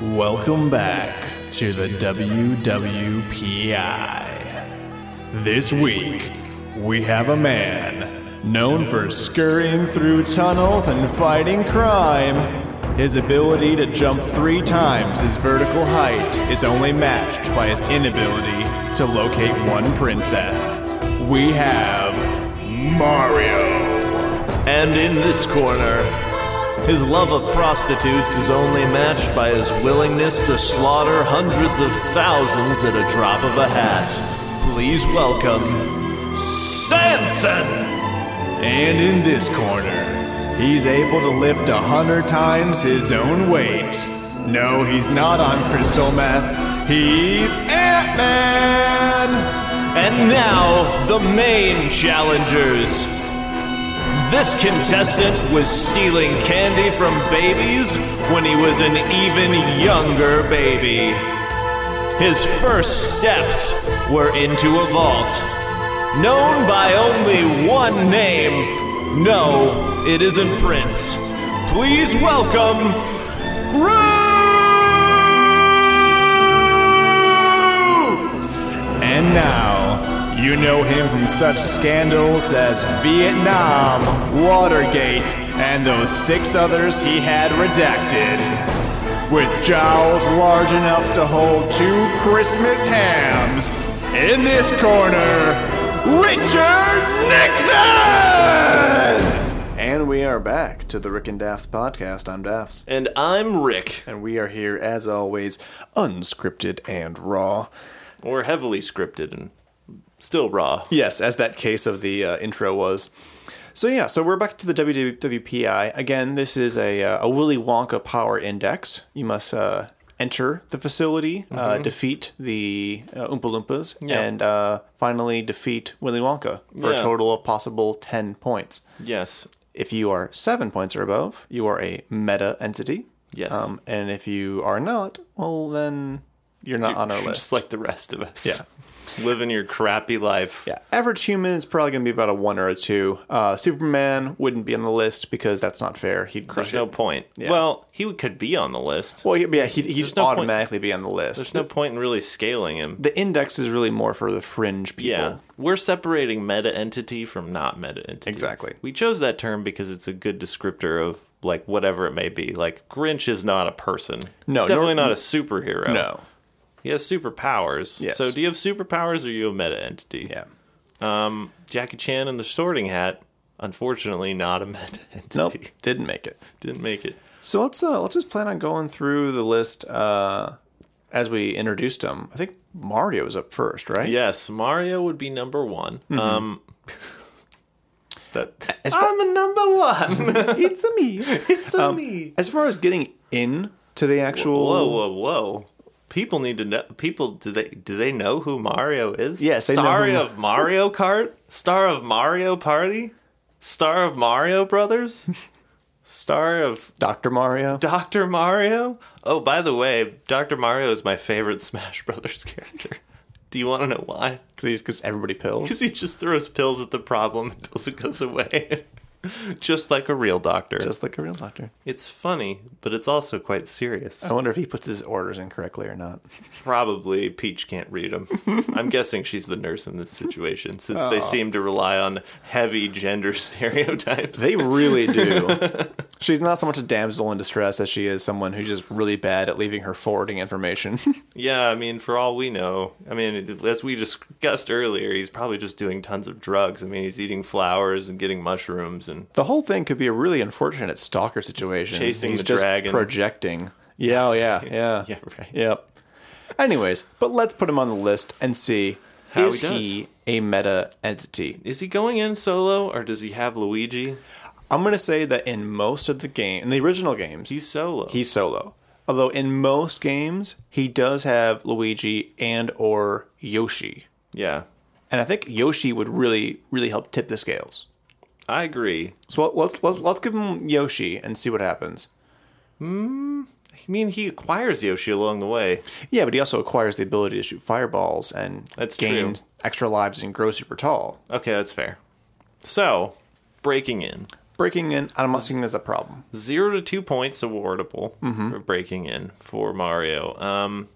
Welcome back to the WWPI. This week, we have a man known for scurrying through tunnels and fighting crime. His ability to jump three times his vertical height is only matched by his inability to locate one princess. We have Mario. And in this corner, his love of prostitutes is only matched by his willingness to slaughter hundreds of thousands at a drop of a hat. Please welcome Samson! And in this corner, he's able to lift a hundred times his own weight. No, he's not on crystal meth. He's Ant Man! And now, the main challengers. This contestant was stealing candy from babies when he was an even younger baby. His first steps were into a vault, known by only one name. No, it isn't Prince. Please welcome Roo! And now, you know him from such scandals as Vietnam, Watergate, and those six others he had redacted. With jowls large enough to hold two Christmas hams, in this corner, Richard Nixon! And we are back to the Rick and Daff's podcast. I'm Daff's. And I'm Rick, And we are here, as always, unscripted and raw. or heavily scripted and still raw. Yes, as that case of the uh, intro was. So, yeah, so we're back to the WWPI. Again, this is a, uh, a Willy Wonka power index. You must uh, enter the facility, uh, defeat the uh, Oompa Loompas, Mm-hmm. Yeah. and uh, finally defeat Willy Wonka for Yeah. a total of possible 10 points. Yes. If you are seven points or above, you are a meta entity. Um, Yes. and if you are not, well, then you're not on our You're list. Just like the rest of us. Yeah. Living your crappy life. yeah, average human is probably going to be about a one or a two. Uh, Superman wouldn't be on the list because that's not fair. He'd There's crush no it. point. Yeah. Well, he could be on the list. Well, he- yeah, he'd, he'd no point. automatically be on the list. There's no point in really scaling him. the index is really more for the fringe people. Yeah. We're separating meta entity from not meta entity. Exactly. We chose that term because it's a good descriptor of like whatever it may be. Like Grinch is not a person. No, He's definitely nor- not a superhero. No. He has superpowers. Yes. So do you have superpowers or are you a meta entity? Yeah. Jackie Chan and the sorting hat, unfortunately not a meta entity. Nope. Didn't make it. Didn't make it. So let's uh, let's just plan on going through the list uh, as we introduced them. I think Mario was up first, right? Yes, Mario would be number one. Um, that Mm-hmm. As far- Um, a number one. it's a me. it's a me. As far as getting in to the actual, Whoa, whoa, whoa! People need to know. People, do they do they know who Mario is? Yes, they know star who- of Mario Kart, star of Mario Party, star of Mario Brothers, star of Doctor Mario. Doctor Mario. Oh, by the way, Doctor Mario is my favorite Smash Brothers character. Do you want to know why? Because he just gives everybody pills. Because he just throws pills at the problem until it goes away. just like a real doctor. Just like a real doctor. It's funny, but it's also quite serious. I wonder if he puts his orders in correctly or not. Probably Peach can't read them. I'm guessing she's the nurse in this situation, since they seem to rely on heavy gender stereotypes. They really do. She's not so much a damsel in distress as she is someone who's just really bad at leaving her forwarding information. Yeah, I mean, for all we know, I mean, as we discussed earlier, he's probably just doing tons of drugs. I mean, he's eating flowers and getting mushrooms and the whole thing could be a really unfortunate stalker situation. Chasing He's the just dragon. projecting. Yeah, oh yeah, yeah. Yeah, right. Yep. Anyways, but let's put him on the list and see How is he does. he a meta entity? Is he going in solo or does he have Luigi? I'm gonna say that in most of the game, in the original games, He's solo. he's solo. Although in most games, he does have Luigi and or Yoshi, yeah. and I think Yoshi would really, really help tip the scales. I agree. So let's let's let's give him Yoshi and see what happens. I mean, he acquires Yoshi along the way. Yeah, but he also acquires the ability to shoot fireballs and That's gains true. extra lives and grow super tall. Okay, that's fair. So, breaking in. Breaking in, I'm not seeing it as a problem. zero to two points awardable for breaking in for Mario. Um,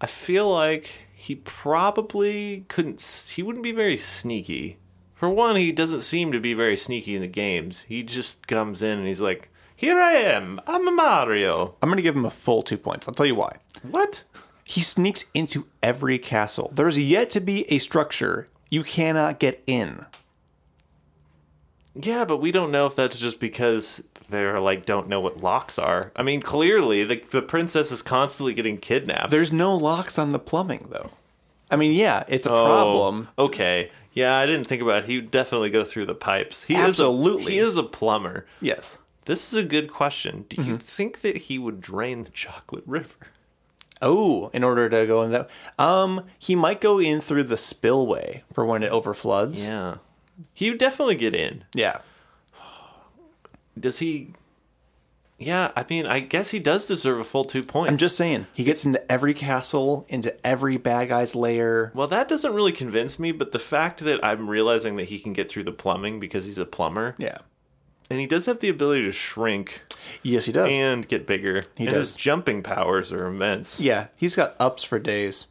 I feel like he probably couldn't. s- He wouldn't be very sneaky. For one, he doesn't seem to be very sneaky in the games. He just comes in and he's like, "Here I am. I'm Mario." I'm going to give him a full two points. I'll tell you why. What? He sneaks into every castle. There is yet to be a structure you cannot get in. Yeah, but we don't know if that's just because they're like don't know what locks are. I mean, clearly the the princess is constantly getting kidnapped. There's no locks on the plumbing, though. I mean, yeah, it's a problem. Oh, okay. Yeah, I didn't think about it. He would definitely go through the pipes. He Absolutely. Is a, he is a plumber. Yes. This is a good question. Do Mm-hmm. you think that he would drain the chocolate river? Oh, in order to go in that, um, he might go in through the spillway for when it overfloods. Yeah. He would definitely get in. Yeah. Does he Yeah, I mean, I guess he does deserve a full 2 points. I'm just saying, he gets into every castle, into every bad guy's lair. Well, that doesn't really convince me, but the fact that I'm realizing that he can get through the plumbing because he's a plumber Yeah. and he does have the ability to shrink Yes, he does. and get bigger. He and does. his jumping powers are immense. yeah, he's got ups for days.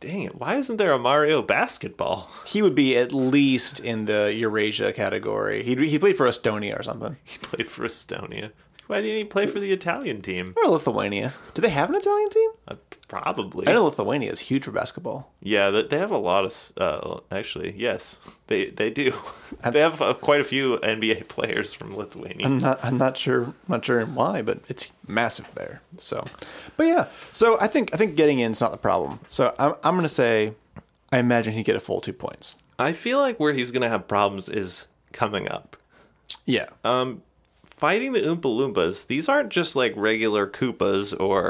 Dang it, why isn't there a Mario basketball? He would be at least in the Eurasia category. He he played for Estonia or something He played for Estonia. Why didn't he play for the Italian team? or Lithuania. Do they have an Italian team? Uh, probably. I know Lithuania is huge for basketball. Yeah, th- they have a lot of. s- Uh, actually, yes, they they do. they have uh, quite a few NBA players from Lithuania. I'm not I'm not sure not sure why, but it's massive there. So, but yeah. So I think I think getting in is not the problem. So I'm I'm gonna say, I imagine he'd get a full two points. I feel like where he's gonna have problems is coming up. Yeah. Fighting the Oompa Loompas. These aren't just like regular Koopas or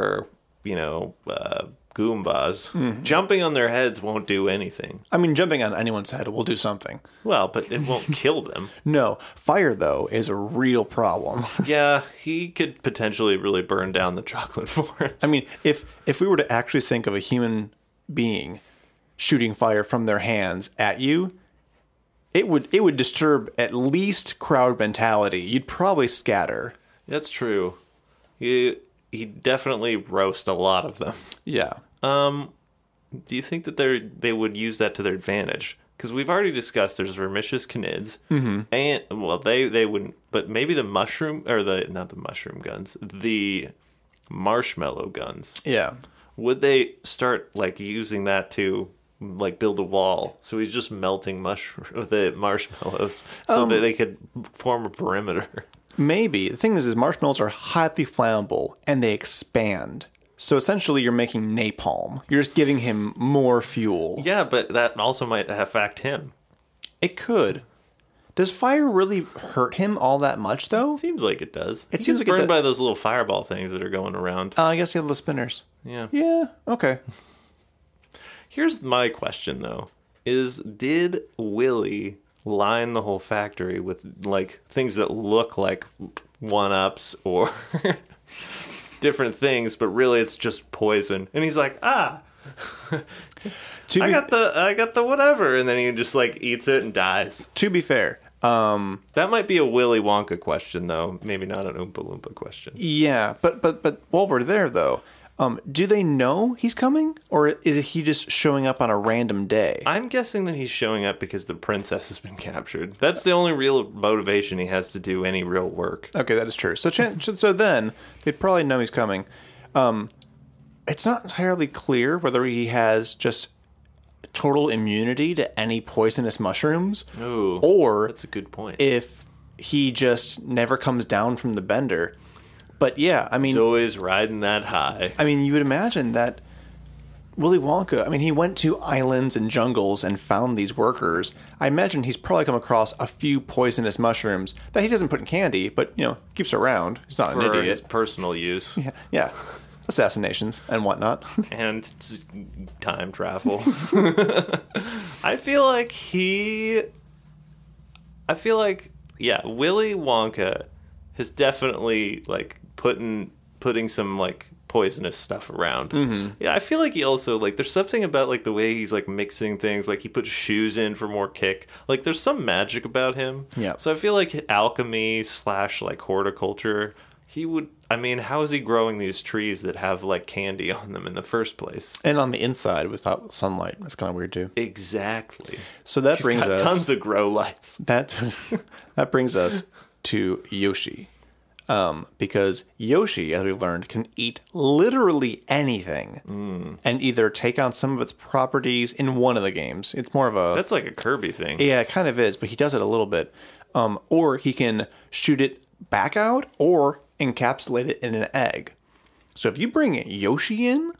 you know uh, Goombas. Jumping on their heads won't do anything. I mean, jumping on anyone's head will do something. Well, but it won't kill them. No, fire though is a real problem. Yeah, he could potentially really burn down the chocolate forest. I mean, if if we were to actually think of a human being shooting fire from their hands at you, it would it would disturb at least crowd mentality. You'd probably scatter. that's true. He he definitely roast a lot of them. Yeah. Do you think that they they would use that to their advantage? Because we've already discussed there's vermicious canids, Mm-hmm. and well, they they wouldn't, but maybe the mushroom or the not the mushroom guns, the marshmallow guns. yeah. Would they start like using that to like build a wall? So he's just melting mushroom the marshmallows so Um, that they could form a perimeter. Maybe. The thing is is marshmallows are highly flammable and they expand. So essentially you're making napalm. You're just giving him more fuel. Yeah, but that also might affect him. It could. Does fire really hurt him all that much though? Seems like it does. He gets seems like it burned does. by those little fireball things that are going around. Uh, I guess he had the spinners. Yeah. Yeah, okay. Here's my question though: Is did Willie line the whole factory with like things that look like one ups or different things, but really it's just poison? And he's like, ah. To I be, got the I got the whatever, and then he just like eats it and dies. to be fair, um That might be a Willy Wonka question, though. Maybe not an Oompa Loompa question. Yeah, but but but while we're there though, um, do they know he's coming, or is he just showing up on a random day? I'm guessing that he's showing up because the princess has been captured. That's the only real motivation he has to do any real work. okay, that is true. So chan- so then they probably know he's coming. Um, it's not entirely clear whether he has just total immunity to any poisonous mushrooms, Ooh, or that's a good point. if he just never comes down from the bender. But yeah, I mean, He's always riding that high. I mean, you would imagine that Willy Wonka, I mean, he went to islands and jungles and found these workers. I imagine he's probably come across a few poisonous mushrooms that he doesn't put in candy, but, you know, keeps around. He's not an For his idiot. personal use Yeah. yeah. Assassinations and whatnot. and s- time travel. I feel like he. I feel like yeah, Willy Wonka has definitely like putting putting some like poisonous stuff around. Mm-hmm. Yeah, I feel like he also like there's something about like the way he's like mixing things. Like he puts shoes in for more kick. Like there's some magic about him. Yeah. So I feel like alchemy slash like horticulture. He would. I mean, how is he growing these trees that have like candy on them in the first place? and on the inside without sunlight. That's kind of weird too. Exactly. So that brings Got us tons of grow lights. that that brings us to Yoshi, um, because Yoshi, as we learned, can eat literally anything Hmm. and either take on some of its properties in one of the games. It's more of a That's like a Kirby thing. yeah, it kind of is, but he does it a little bit. Um, or he can shoot it back out or encapsulate it in an egg. So if you bring Yoshi in,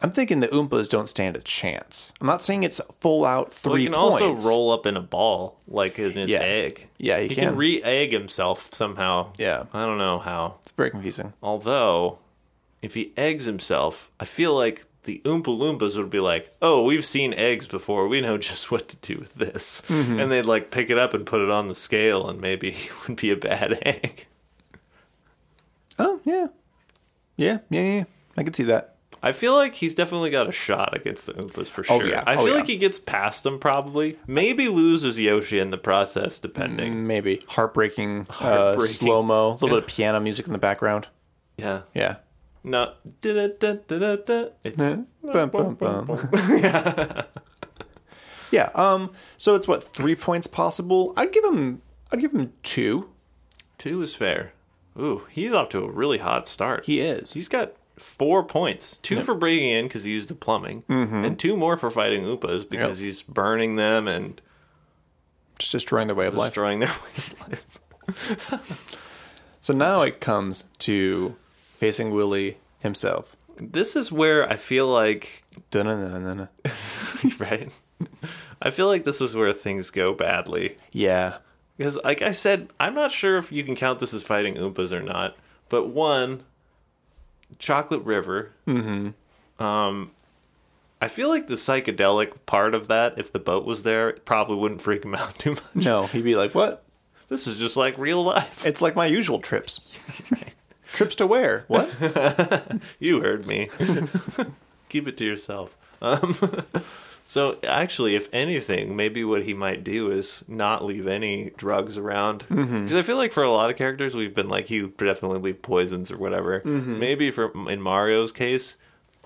I'm thinking the Oompas don't stand a chance. I'm not saying it's full out Well, three he can points. also roll up in a ball, like in his Yeah. egg. Yeah, he he, can. can. re-egg himself somehow. Yeah. I don't know how. It's very confusing. Although, if he eggs himself, I feel like the Oompa Loompas would be like, "Oh, we've seen eggs before. We know just what to do with this," Mm-hmm. and they'd like pick it up and put it on the scale, and maybe it would be a bad egg. Oh yeah, yeah, yeah, yeah. yeah. I could see that. I feel like he's definitely got a shot against the Oompas for Oh, sure. yeah. I Oh, feel yeah. like he gets past them probably. Maybe loses Yoshi in the process, depending. Maybe heartbreaking, Uh, Heartbreaking. slow mo, a little bit of piano music in the background. Yeah. Yeah. No. da-da-da-da-da-da. It's Bum, bum, bum. yeah. Um. So it's what three points possible? I'd give him. I'd give him two. two is fair. Ooh, he's off to a really hot start. He is. He's got four points: two for breaking in because he used the plumbing, and two more for fighting Upas because Mm-hmm. Yep. he's burning them and Just destroying the way of life. destroying their way of life. So now it comes to facing Willie himself. This is where I feel like, Dun-dun-dun-dun-dun. right? I feel like this is where things go badly. Yeah. Because, like I said, I'm not sure if you can count this as fighting Oompas or not. But one, Chocolate River. Mm-hmm. Um, I feel like the psychedelic part of that, if the boat was there, it probably wouldn't freak him out too much. No, he'd be like, "What? This is just like real life. It's like my usual trips. trips to where? What? You heard me. Keep it to yourself. Um, so, actually, if anything, maybe what he might do is not leave any drugs around. Because I feel like for a lot of characters, we've been like, he would definitely leave poisons or whatever. Maybe for in Mario's case,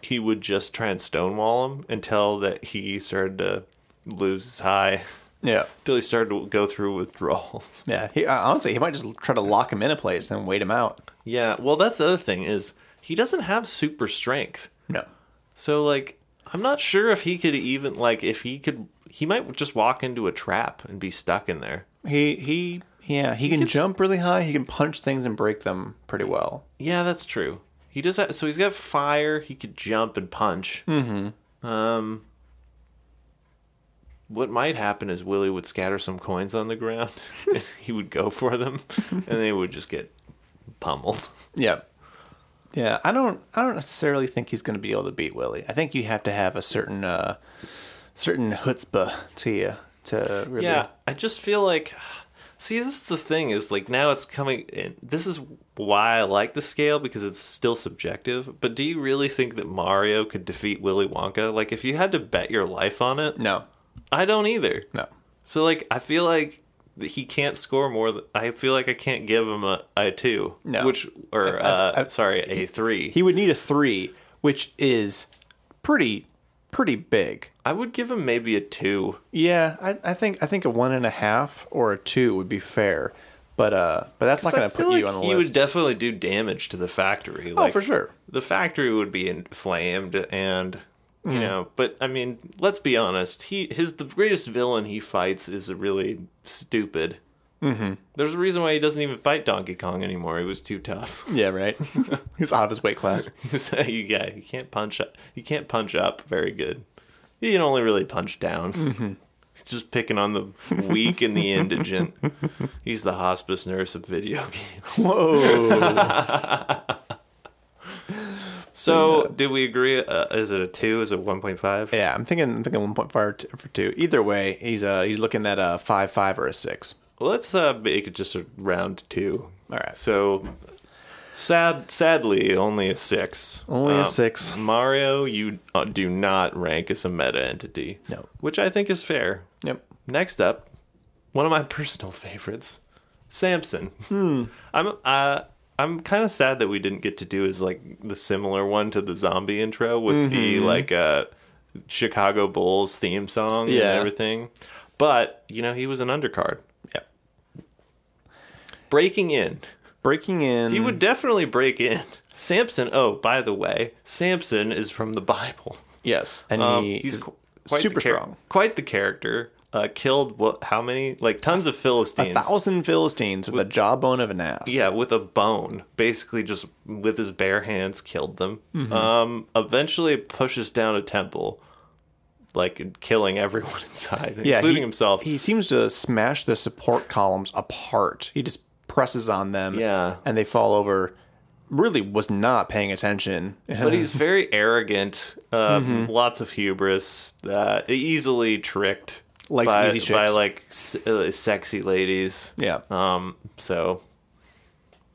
he would just try and stonewall him until that he started to lose his high, Yeah." until he started to go through withdrawals. Yeah, he, uh, honestly, he might just try to lock him in a place and wait him out. Yeah, well, that's the other thing is he doesn't have super strength. No. So like I'm not sure if he could even like if he could he might just walk into a trap and be stuck in there. He he yeah, he, can gets- jump really high, he can punch things and break them pretty well. Yeah, that's true. He does have, so he's got fire, he could jump and punch. Mhm. Um what might happen is Willie would scatter some coins on the ground and he would go for them and they would just get pummeled. Yeah. Yeah, I don't I don't necessarily think he's going to be able to beat Willie. I think you have to have a certain uh certain chutzpah to you to really Yeah, I just feel like see this is the thing is like now it's coming in. This is why I like the scale because it's still subjective. But do you really think that Mario could defeat Willy Wonka? Like if you had to bet your life on it? No. I don't either. No. So like I feel like that he can't score more than I feel like I can't give him a, a 2, No. which or uh, I- sorry, a 3. He would need a 3, which is pretty pretty big. I would give him maybe a 2. Yeah, I, I think I think a one and a half or a two would be fair, but uh, but that's not going to I feel put you like on the he list. would definitely do damage to the factory. oh, like- for sure. the factory would be inflamed and you Mm-hmm. know but i mean let's be honest he his the greatest villain he fights is really stupid mm-hmm. there's a reason why he doesn't even fight donkey kong anymore he was too tough Yeah, right. He's out of his weight class. He was- you, yeah you can't punch up you can't punch up very good you can only really punch down Mm-hmm. just picking on the weak and the indigent he's the hospice nurse of video games Whoa. so do we agree uh, is it a 2 is it 1.5 yeah, I'm thinking I'm thinking one point five for two. Either way, he's uh he's looking at a five five or a six. Let's uh, make it just a round two. All right. So Sad, sadly, only a six. Um, Only a six. Mario, you uh, do not rank as a meta entity. No. which I think is fair. Yep. Next up, one of my personal favorites, Samson. Hmm. I'm uh, I'm kind of sad that we didn't get to do is like the similar one to the zombie intro with Mm-hmm. the like uh, Chicago Bulls theme song Yeah. and everything. But you know, he was an undercard Yep. breaking in. Breaking in. He would definitely break in. Samson. Oh, by the way, Samson is from the Bible. Yes, and Um, he he's is qu- super the char- strong. Quite the character. Uh, killed what? How many? Like tons of Philistines. A thousand Philistines with the jawbone of an ass. Yeah, with a bone. Basically, just with his bare hands, killed them. Mm-hmm. Um, eventually, pushes down a temple, like killing everyone inside, Yeah, including he- himself. He seems to smash the support columns apart. He just presses on them. Yeah. and they fall over. Really was not paying attention. but he's uh, very arrogant, um, Mm-hmm. lots of hubris, uh, easily tricked Likes by, easy by chicks. like s- uh, sexy ladies. yeah, Um. So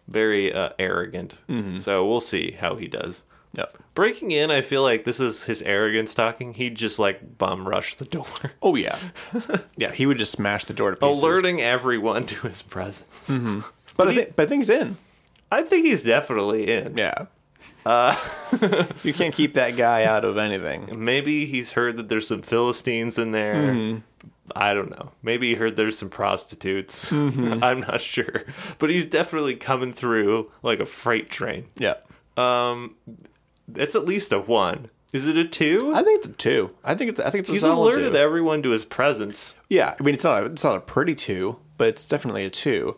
very uh, arrogant. So we'll see how he does. Yep. Breaking in, I feel like this is his arrogance talking. He just like bum rushed the door, Oh yeah, yeah. He would just smash the door to pieces. alerting everyone to his presence. But I think, but I think he's in. I think he's definitely in. Yeah. Uh, you can't keep that guy out of anything. Maybe he's heard that there's some Philistines in there. Mm-hmm. I don't know. Maybe he heard there's some prostitutes. I'm not sure. But he's definitely coming through like a freight train. Yeah. That's at least a one. Is it a two? I think it's a two. I think it's. I think it's a he's solid alerted two. everyone to his presence. Yeah, I mean it's not. A, it's not a pretty two, but it's definitely a two.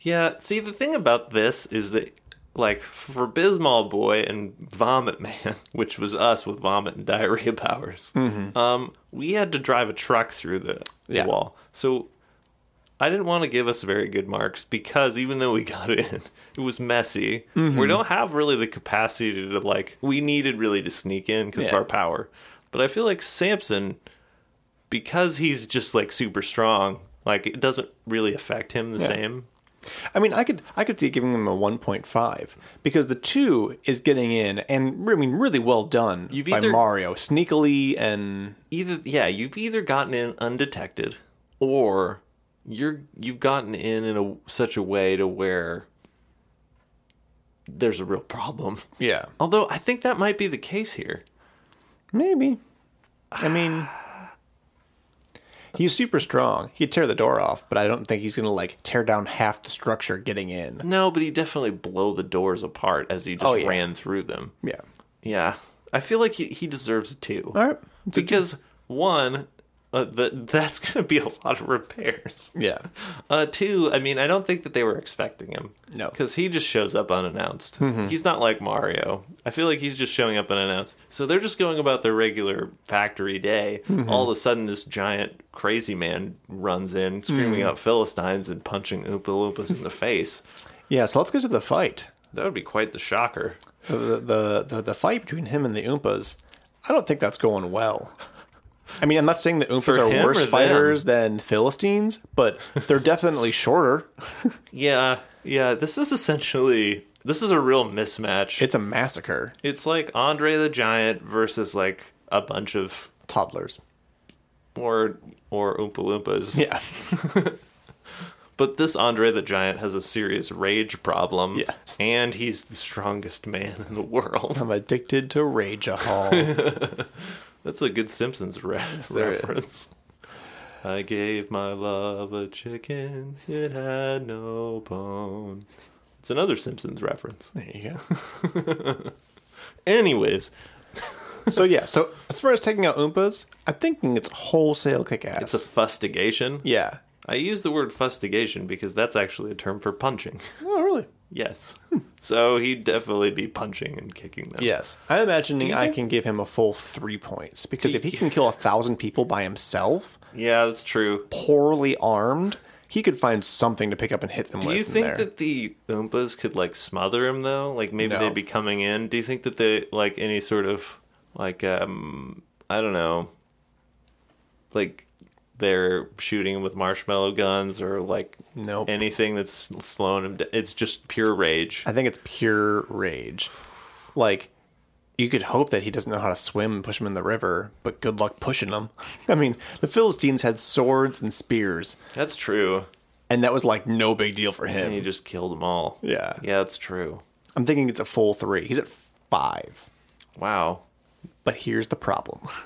Yeah, see, the thing about this is that, like, for Bismol Boy and Vomit Man, which was us with vomit and diarrhea powers, um, we had to drive a truck through the, the Mm-hmm. Yeah. wall. So I didn't want to give us very good marks because even though we got in, it was messy. Mm-hmm. We don't have really the capacity to, like, we needed really to sneak in because of Yeah. our power. But I feel like Samson, because he's just, like, super strong, like, it doesn't really affect him the same. I mean, I could I could see giving him a 1.5 because the two is getting in and I mean really well done You've by either- Mario sneakily and either yeah, you've either gotten in undetected or you're you've gotten in in a such a way to where there's a real problem. yeah Although I think that might be the case here. maybe I mean he's super strong he'd tear the door off but I don't think he's gonna like tear down half the structure getting in No, but he definitely blow the doors apart as he just Oh, yeah. ran through them. yeah Yeah. I feel like he, he deserves a two. all right It's a- Because one, uh, that that's going to be a lot of repairs. yeah Uh, two, I mean, I don't think that they were expecting him. No. Because he just shows up unannounced. He's not like Mario. I feel like he's just showing up unannounced. So they're just going about their regular factory day. All of a sudden, this giant crazy man runs in, screaming out Philistines and punching Oompa Loompas in the face. yeah so let's get to the fight That would be quite the shocker. the the the, the fight between him and the Oompas I don't think that's going well. I mean, I'm not saying the Oompas For are him or worse them? fighters than Philistines, but they're definitely shorter. Yeah, yeah, this is essentially. This is a real mismatch. It's a massacre. it's like Andre the Giant versus like a bunch of Toddlers. or or Oompa Loompas. Yeah. But this Andre the Giant has a serious rage problem. Yes. And he's the strongest man in the world. I'm addicted to Rage Hall. That's a good Simpsons re- there is. reference. I gave my love a chicken, it had no bone. It's another Simpsons reference. there you go. Anyways, So, yeah. So, as far as taking out Oompas, I'm thinking it's wholesale kick ass. it's a fustigation. yeah. I use the word fustigation because that's actually a term for punching. Oh, really? yes. Hmm. So he'd definitely be punching and kicking them. Yes. I'm imagining you I think- can give him a full three points because if he can kill a thousand people by himself, Yeah, that's true. poorly armed, he could find something to pick up and hit them Do with. you in think there. that the Oompas could like smother him though? Like maybe No. they'd be coming in. Do you think that they like any sort of like um I don't know like they're shooting with marshmallow guns or like Nope. anything that's slowing him. down. It's just pure rage. I think it's pure rage. Like, you could hope that he doesn't know how to swim and push him in the river, but good luck pushing him. I mean, the Philistines had swords and spears, That's true. and that was like no big deal for And he him. just killed them all. Yeah. Yeah, that's true. I'm thinking it's a full three. He's at five. Wow. But here's the problem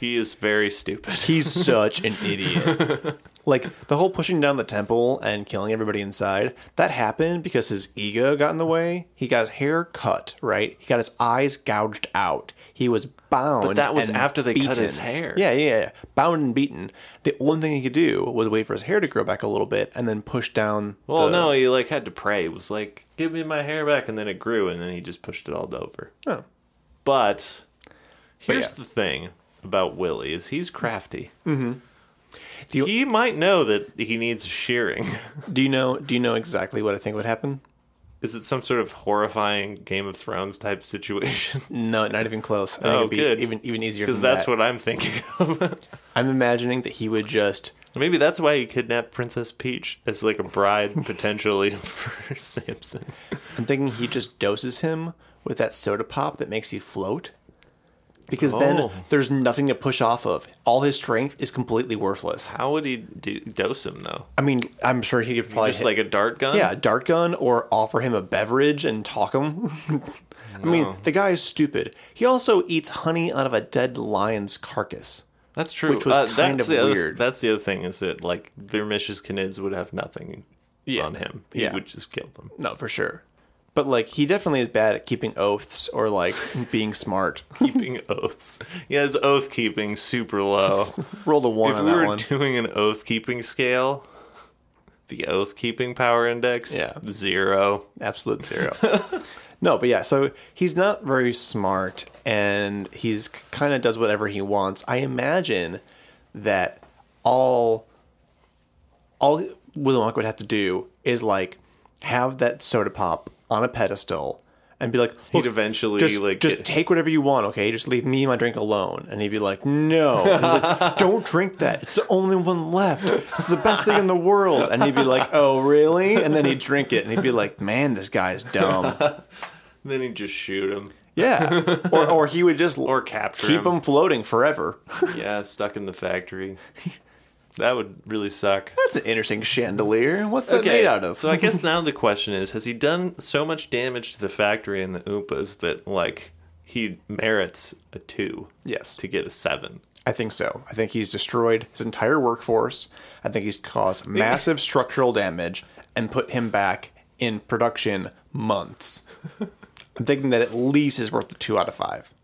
He is very stupid. he's such an idiot. Like, the whole pushing down the temple and killing everybody inside, that happened because his ego got in the way. He got his hair cut, right? He got his eyes gouged out. He was bound. But that was and after they cut beaten. his hair. Yeah, yeah, yeah. Bound and beaten. The only thing he could do was wait for his hair to grow back a little bit and then push down. Well, the- no, he like had to pray. It was like, "Give me my hair back," and then it grew, and then he just pushed it all over. Oh. But here's yeah. the thing about Willie is he's crafty. Mm-hmm. you- he might know that he needs shearing. Do you know? Do you know exactly what I think would happen? is it some sort of horrifying Game of Thrones type situation? No, not even close. I think Oh, it'd be good. Even even easier. Because Because that's what I'm thinking of. I'm imagining that he would just Maybe that's why he kidnapped Princess Peach as like a bride potentially for Samson. I'm thinking he just doses him with that soda pop that makes you float. Because then Oh. there's nothing to push off of. All his strength is completely worthless. How would he do- dose him though? I mean, I'm sure he could probably Just hit- like a dart gun? yeah, a dart gun or offer him a beverage and talk him. I mean, the guy is stupid. He also eats honey out of a dead lion's carcass. That's true. Uh, Which was kind that's of the Other, weird. that's the other thing is that like Vermicious Canids would have nothing Yeah. on him. He Yeah. would just kill them. No, for sure. But like he definitely is bad at keeping oaths or like being smart. Keeping oaths. He has oath keeping super low. Rolled a one if on we that were one. doing an oath keeping scale, the oath keeping power index, Yeah. zero. absolute zero. no, but yeah, so he's not very smart and he's kind of does whatever he wants. I imagine that all all Willy Wonka would have to do is like have that soda pop on a pedestal and be like, He'd "Look, eventually just, like just get- take whatever you want, okay? Just leave me and my drink alone. And he'd be like, no, And he's like, don't drink that. It's the only one left. It's the best thing in the world. And he'd be like, oh, really? And then he'd drink it, and he'd be like, man, this guy's dumb. then he'd just shoot him. Yeah, or or he would just Or capture keep him. him floating forever. yeah, stuck in the factory. That would really suck. That's an interesting chandelier. What's that made out of? so I guess now the question is: Has he done so much damage to the factory and the Oompas that like he merits a two? Yes. to get a seven. I think so. I think he's destroyed his entire workforce. I think he's caused massive structural damage and put him back in production months. I'm thinking that at least is worth a two out of five.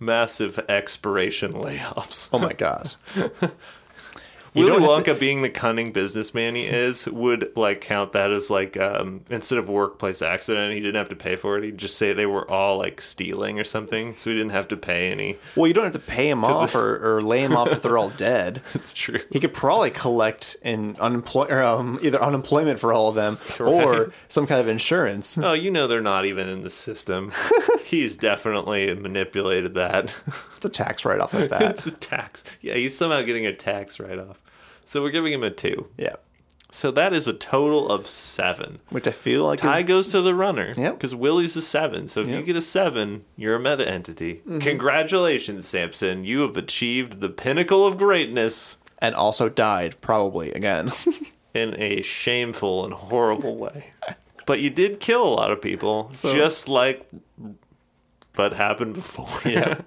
Massive expiration layoffs. Oh my gosh. You Willy don't have Wonka, to- being the cunning businessman he is, would like count that as like um, instead of workplace accident, he didn't have to pay for it. He'd just say they were all like stealing or something, so he didn't have to pay any. Well, you don't have to pay him off or, or lay him off if they're all dead. It's true. He could probably collect in unemploy- or, um, either unemployment for all of them or some kind of insurance. Oh, you know they're not even in the system. He's definitely manipulated that. It's a tax write off of that. it's a tax. Yeah, he's somehow getting a tax write off. So we're giving him a two. yeah. So that is a total of seven. Which I feel like Tie is goes to the runner. Yep. Because Willie's a seven. So if you get a seven, you're a meta entity. Mm-hmm. Congratulations, Samson. You have achieved the pinnacle of greatness and also died probably again. in a shameful and horrible way. But you did kill a lot of people, just like that happened before. yeah.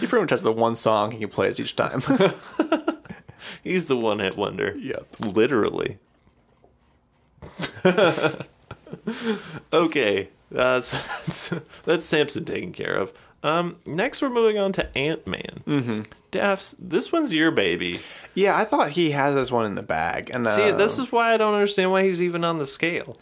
He pretty much has the one song he plays each time. He's the one hit wonder. Yep. Literally. okay. Uh, so that's, that's Samson taken care of. Um, next, we're moving on to Ant Man. Mm-hmm. Daphs, this one's your baby. yeah, I thought he has this one in the bag. And See, uh, this is why I don't understand why he's even on the scale.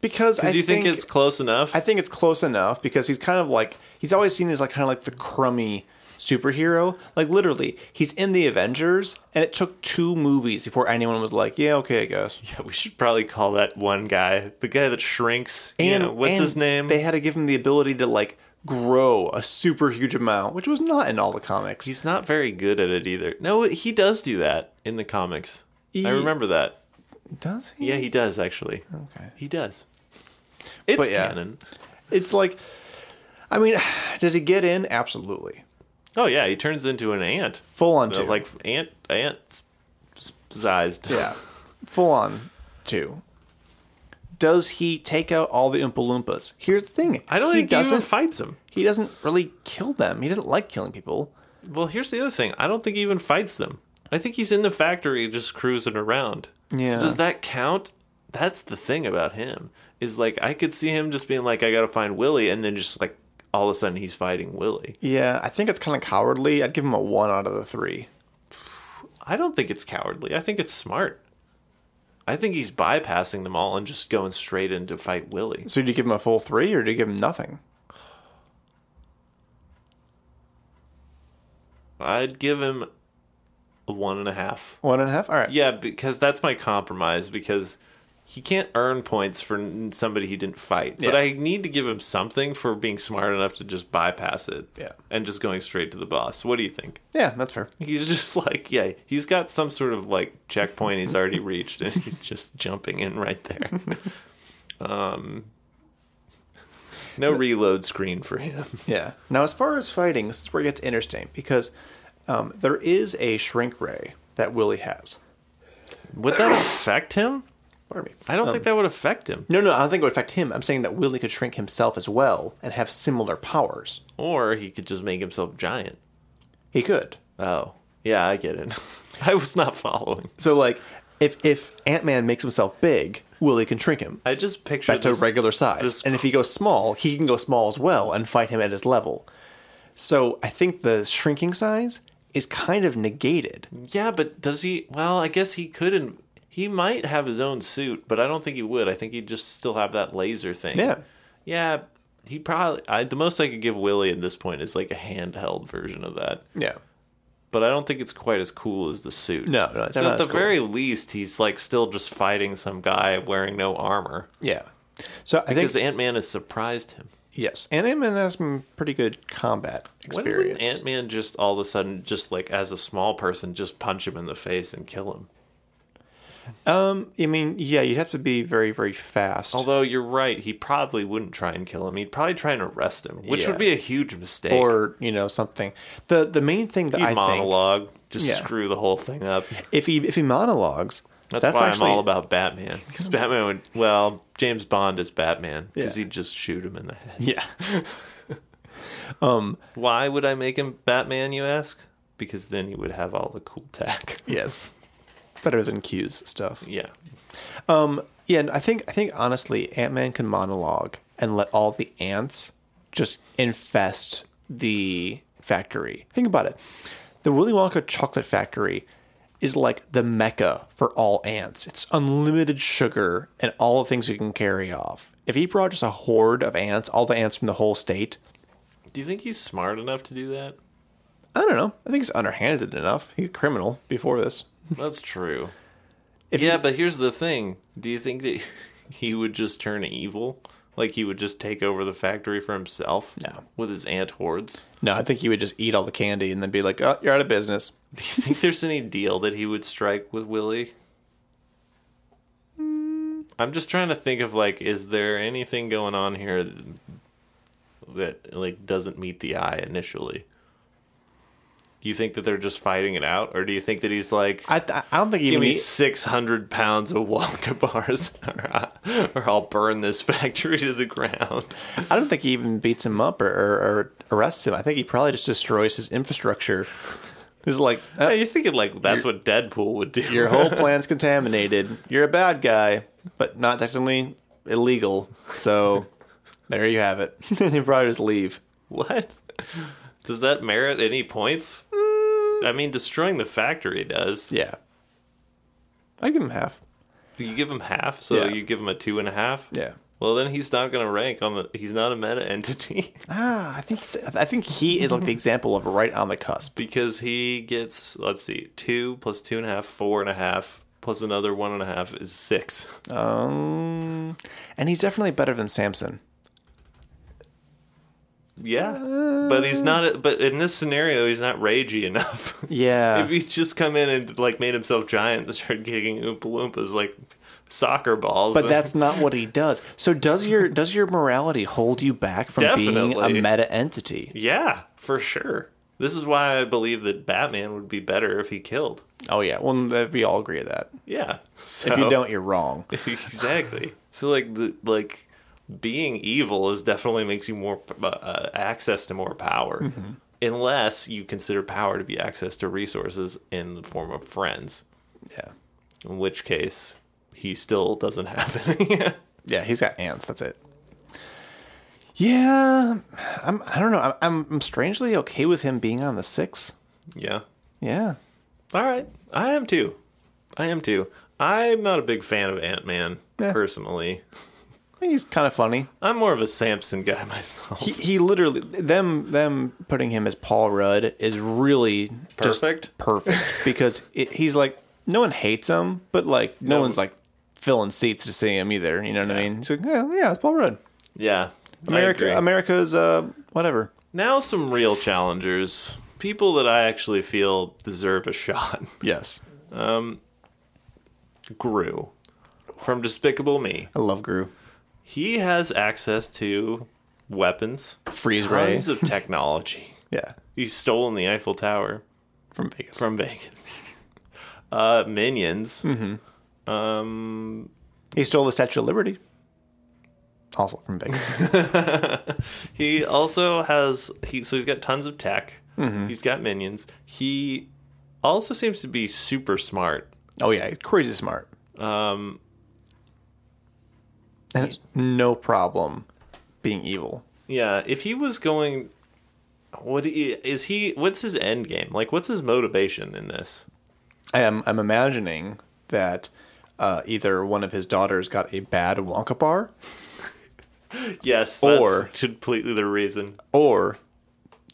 because I Because you think, it's close enough? I think it's close enough because he's kind of like he's always seen as like kind of like the crummy superhero. Like literally, he's in the Avengers, and it took two movies before anyone was like, "Yeah, okay, I guess." yeah, we should probably call that one guy the guy that shrinks. you know, what's and his name? They had to give him the ability to like grow a super huge amount, which was not in all the comics. He's not very good at it either. No, he does do that in the comics. He- I remember that. Does he? Yeah, he does actually. Okay. He does. It's But yeah. canon. It's like, I mean, does he get in? Absolutely, Oh yeah, he turns into an ant. full on Uh, two, Like ant ant s- s- sized. yeah, full on two. Does he take out all the Oompa Loompas? Here's the thing: I don't he think he doesn't. even fights him. he doesn't really kill them. He doesn't like killing people. Well, here's the other thing. I don't think he even fights them. I think he's in the factory just cruising around. Yeah. So does that count? That's the thing about him. Is like I could see him just being like, I gotta find Willie, and then just like all of a sudden he's fighting Willie. Yeah, I think it's kind of cowardly. I'd give him a one out of the three. I don't think it's cowardly. I think it's smart. I think he's bypassing them all and just going straight in to fight Willie. So do you give him a full three, or do you give him nothing? I'd give him a one and a half. One and a half. All right. Yeah, because that's my compromise. Because he can't earn points for n- somebody he didn't fight, but Yeah. I need to give him something for being smart enough to just bypass it. Yeah. and just going straight to the boss. What do you think? Yeah, that's fair. He's just like, yeah, he's got some sort of like checkpoint he's already reached, and he's just jumping in right there. um, no reload screen for him. Yeah. Now, as far as fighting, this is where it gets interesting because um, there is a shrink ray that Willie has. Would that affect him? Pardon me. I don't think that would affect him. No, no, I don't think it would affect him. I'm saying that Willie could shrink himself as well and have similar powers. Or he could just make himself giant. He could. Oh, yeah, I get it. I was not following. So, like, if if Ant Man makes himself big, Willie can shrink him I just pictured back to this- regular size. this- and if he goes small, he can go small as well and fight him at his level. So, I think the shrinking size is kind of negated. Yeah, but does he? Well, I guess he couldn't. He might have his own suit, but I don't think he would. I think he'd just still have that laser thing. Yeah. Yeah. He probably. I, the most I could give Willie at this point is like a handheld version of that. Yeah. But I don't think it's quite as cool as the suit. No, no, it's so not at the as cool. very least, he's like still just fighting some guy wearing no armor Yeah. So, I think because Ant Man has surprised him. Yes, and Ant-Man has some pretty good combat When experience. would Ant Man just all of a sudden, just like as a small person, just punch him in the face and kill him? I mean, yeah, you'd have to be very, very fast. Although you're right, he probably wouldn't try and kill him. He'd probably try and arrest him, which Yeah. would be a huge mistake. or you know something. The the main thing that He'd I monologue, just Yeah. screw the whole thing up. think if he if he monologues, That's, that's, why actually I'm all about Batman. Because Batman would, well, James Bond is Batman because Yeah. he'd just shoot him in the head. yeah. Why would I make him Batman, you ask? Because then he would have all the cool tech. yes, better than Q's stuff. yeah. Yeah, and I think I think honestly, Ant Man can monologue and let all the ants just infest the factory. Think about it. The Willy Wonka chocolate factory is like the mecca for all ants. It's unlimited sugar and all the things you can carry off. If he brought just a horde of ants, all the ants from the whole state, Do you think he's smart enough to do that? I don't know. I think he's underhanded enough. He's a criminal before this. That's true. If yeah, he- but here's the thing. Do you think that he would just turn evil? Like he would just take over the factory for himself? No. With his ant hordes? no, I think he would just eat all the candy and then be like, "Oh, you're out of business." Do you think there's any deal that he would strike with Willie? I'm just trying to think of like, is there anything going on here that like doesn't meet the eye initially? Do you think that they're just fighting it out, or do you think that he's like, I, th- I don't think he Give even me eat- 600 pounds of Wonka bars, or, I, or I'll burn this factory to the ground. I don't think he even beats him up or, or, or arrests him. I think he probably just destroys his infrastructure. He's like, "Uh, Hey, you're thinking, like, that's what Deadpool would do. your whole plan's contaminated. You're a bad guy, but not technically illegal. So there you have it. he probably just leave. what? Does that merit any points? I mean, destroying the factory does. Mm. Yeah. I give him half. You give him half, so Yeah. you give him a two and a half? Yeah. Well, then he's not going to rank on the. He's not a meta entity Ah, I think he's- I think he is like the example of right on the cusp. because he gets, let's see, two plus two and a half, four and a half, plus another one and a half is six. Um, and he's definitely better than Samson. yeah, but he's not. But in this scenario, he's not ragey enough. Yeah. if he just come in and like made himself giant and started kicking Oompa Loompas like soccer balls, but that's not what he does. So does your does your morality hold you back from being a Definitely. meta entity? yeah, for sure. This is why I believe that Batman would be better if he killed. Oh yeah, well th- we all agree with that. Yeah. So, If you don't, you're wrong. exactly. So like the like being evil is definitely makes you more uh, uh, access to more power. Mm-hmm. Unless you consider power to be access to resources in the form of friends, Yeah, in which case he still doesn't have any. yeah. He's got ants. That's it. Yeah, I'm. I don't know. I'm- I'm. I'm strangely okay with him being on the six. yeah. Yeah. All right. I am too. I am too. I'm not a big fan of Ant Man Yeah. personally. I think he's kind of funny. I'm more of a Samson guy myself. He, he literally them them putting him as Paul Rudd is really just Perfect? perfect because it, he's like no one hates him, but like no, one's like filling seats to see him either. You know what I mean? He's like yeah, yeah, it's Paul Rudd. yeah. I agree. America, America's uh, whatever. Now, some real challengers. People that I actually feel deserve a shot. Yes, Gru from Despicable Me. I love Gru. He has access to weapons, Freeze ray. tons of technology. yeah, He's stolen the Eiffel Tower from Vegas. from Vegas. Uh, minions. He stole the Statue of Liberty. Also from Vegas. He also has he so he's got tons of tech. He's got minions. He also seems to be super smart. oh yeah, crazy smart. Um, and it's no problem being evil. Yeah, if he was going, what he- is he? What's his end game? Like, what's his motivation in this? I am I'm imagining that uh, either one of his daughters got a bad Wonka bar, Yes, Or- that's completely the reason. or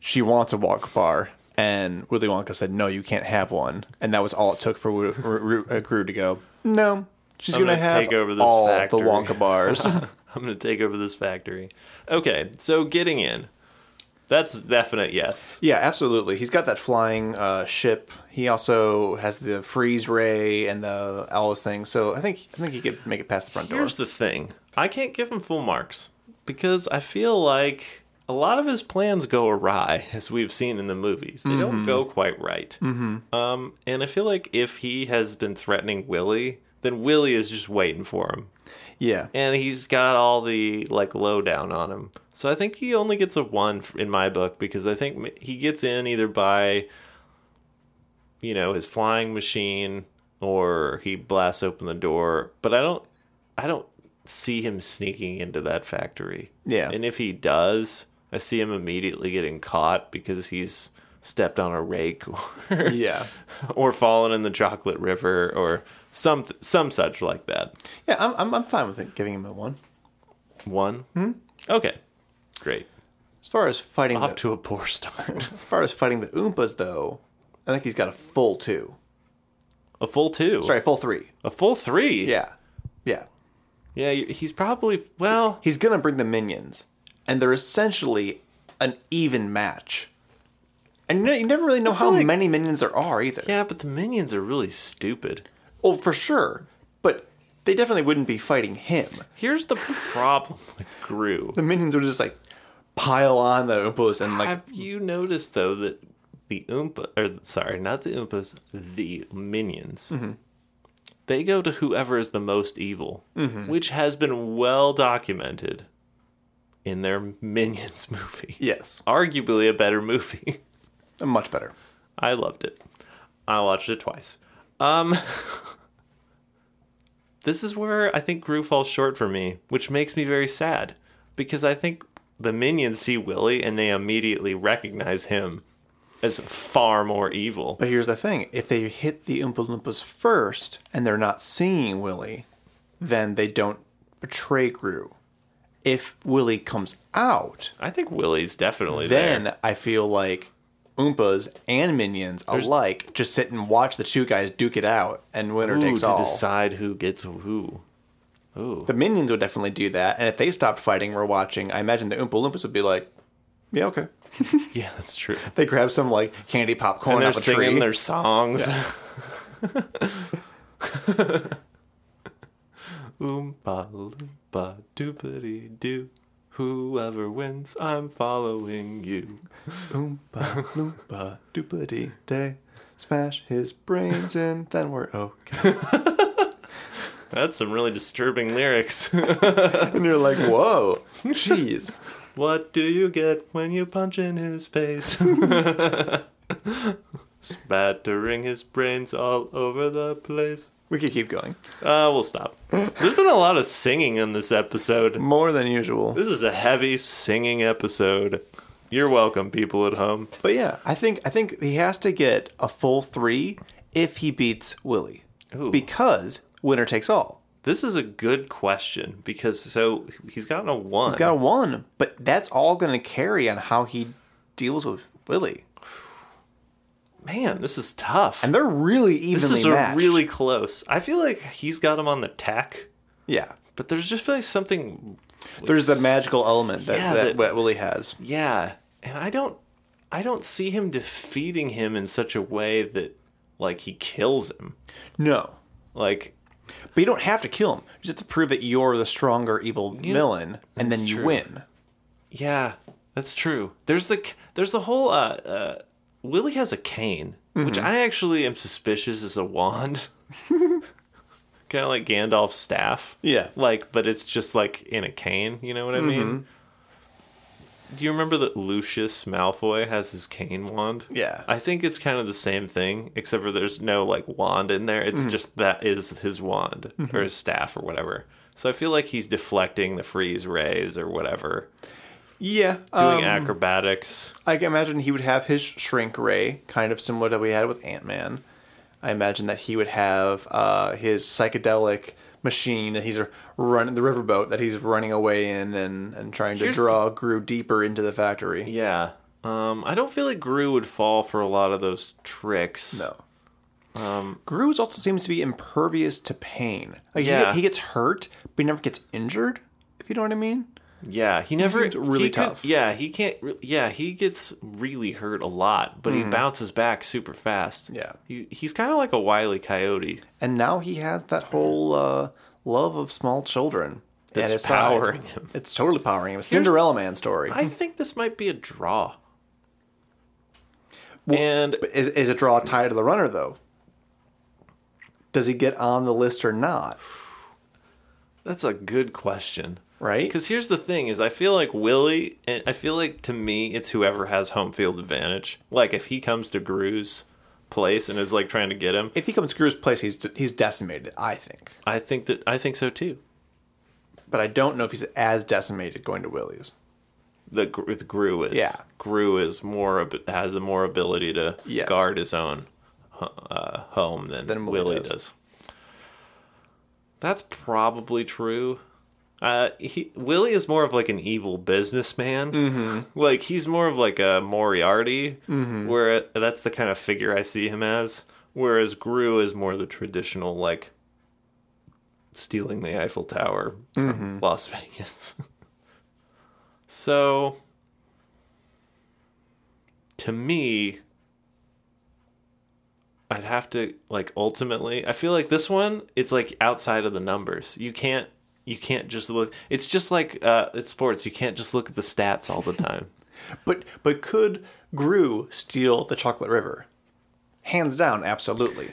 she wants a Wonka bar, and Willy Wonka said, "No, you can't have one," and that was all it took for Ru- Ru- uh, Gru to go. No, she's I'm gonna, gonna have take over this all factory." the Wonka bars. I'm gonna take over this factory. Okay, so getting in, that's definite yes. yeah, absolutely. He's got that flying uh, ship. He also has the freeze ray and the owl thing. So I think I think he could make it past the front door. Here's the thing: I can't give him full marks because I feel like a lot of his plans go awry, as we've seen in the movies. They don't go quite right. Mm-hmm. Um, and I feel like if he has been threatening Willie, then Willie is just waiting for him. yeah, and he's got all the like lowdown on him. So I think he only gets a one f- in my book because I think m- he gets in either by, you know, his flying machine or he blasts open the door. But I don't, I don't see him sneaking into that factory. Yeah. and if he does, I see him immediately getting caught because he's stepped on a rake or, yeah. or fallen in the chocolate river or some some such like that. Yeah, I'm, I'm, I'm fine with it, giving him a one. One. Hmm? Okay. Great. As far as fighting Off the, to a poor start. As far as fighting the Oompas, though, I think he's got a full two. a full two. Sorry, full three. A full three. Yeah. Yeah. Yeah. you- He's probably well. He's going to bring the minions, and they're essentially an even match. And you, know, you never really know how many minions there are either. Yeah, but the minions are really stupid. Oh, for sure. But they definitely wouldn't be fighting him. Here's the problem with Gru. The minions would just like pile on the Oompas and like. Have you noticed though that the Oompa, or sorry, not the Oompas, the minions, they go to whoever is the most evil, which has been well documented in their Minions movie. yes. Arguably a better movie. Much better. I loved it. I watched it twice. Um, this is where I think Gru falls short for me, which makes me very sad because I think the minions see Willy and they immediately recognize him as far more evil. But here's the thing: if they hit the Oompa Loompas first and they're not seeing Willy, then they don't betray Gru. If Willy comes out, I think Willy's definitely then there. I feel like Oompas and minions alike just sit and watch the two guys duke it out, and winner Ooh, takes to all. decide who gets who. The minions would definitely do that, and if they stopped fighting, we're watching. I imagine the Oompa Loompas would be like, Yeah, okay. Yeah, that's true. They grab some like candy popcorn And they're off a tree. singing their songs. Oompa loompa doopity doo. Whoever wins, I'm following you. Oompa loompa doopity day. Smash his brains and then we're okay. That's some really disturbing lyrics. And you're like, whoa, jeez. what do you get when you punch in his face? Spattering his brains all over the place. We could keep going. Uh, we'll stop. There's been a lot of singing in this episode. More than usual. This is a heavy singing episode. You're welcome, people at home. But yeah, I think I think he has to get a full three if he beats Willie. Ooh. Because winner takes all. This is a good question because so he's gotten a one. He's got a one, but that's all gonna carry on how he deals with Willie. Man, this is tough. And they're really evenly this is a matched. really close. I feel like he's got him on the tack, yeah. but there's just like something. There's the magical element that, Yeah, that, that- Willie has. Yeah, and I don't, I don't see him defeating him in such a way that like he kills him. No. Like But you don't have to kill him. You just have to prove that you're the stronger evil villain, and then you true. win. Yeah, that's true. There's the there's the whole uh, uh Willie has a cane, which Mm-hmm. I actually am suspicious is a wand. kind of like Gandalf's staff. Yeah. Like but it's just like in a cane, you know what I mean? Mm-hmm. Do you remember that Lucius Malfoy has his cane wand? Yeah. I think it's kind of the same thing, except for there's no like wand in there. Mm-hmm. It's just that is his wand or his staff or whatever. So I feel like he's deflecting the freeze rays or whatever Yeah. doing um, acrobatics. I can imagine he would have his shrink ray, kind of similar to what we had with Ant Man. I imagine that he would have uh, his psychedelic machine that he's running the riverboat that he's running away in and, and trying to Here's draw Gru deeper into the factory. Yeah. Um, I don't feel like Gru would fall for a lot of those tricks. No. Gru also seems to be impervious to pain. Like he, Yeah. get- he gets hurt, but he never gets injured. If you know what I mean. Yeah, he never seems really he could- tough. yeah, he can't. re- Yeah, he gets really hurt a lot, but he bounces back super fast. Mm-hmm. Yeah. he, he's kind of like a wily coyote. and now he has that whole uh, love of small children. That's at his side. powering him. It's totally powering him. A Cinderella Man story. I think this might be a draw. and But is, is a draw tied to the runner though? Does he get on the list or not? That's a good question. Right? Because here's the thing: is I feel like Willie, and I feel like to me, it's whoever has home field advantage. Like if he comes to Gru's place and is like trying to get him, If he comes to Gru's place, he's he's decimated. I think, I think that I think so too. but I don't know if he's as decimated going to Willie's. The Gr- with Gru is Yeah. Gru is more ab- has a more ability to Yes. guard his own hu- uh, home than, Than Willie Willie does. does. That's probably true. Uh, he, Willie is more of like an evil businessman. Mm-hmm. Like he's more of like a Moriarty, where that's the kind of figure I see him as. Whereas Gru is more the traditional like stealing the Eiffel Tower from Las Vegas. so to me I'd have to like ultimately I feel like this one it's like outside of the numbers. You can't you can't just look it's just like uh it's sports. You can't just look at the stats all the time. But but could Gru steal the Chocolate River? Hands down, absolutely.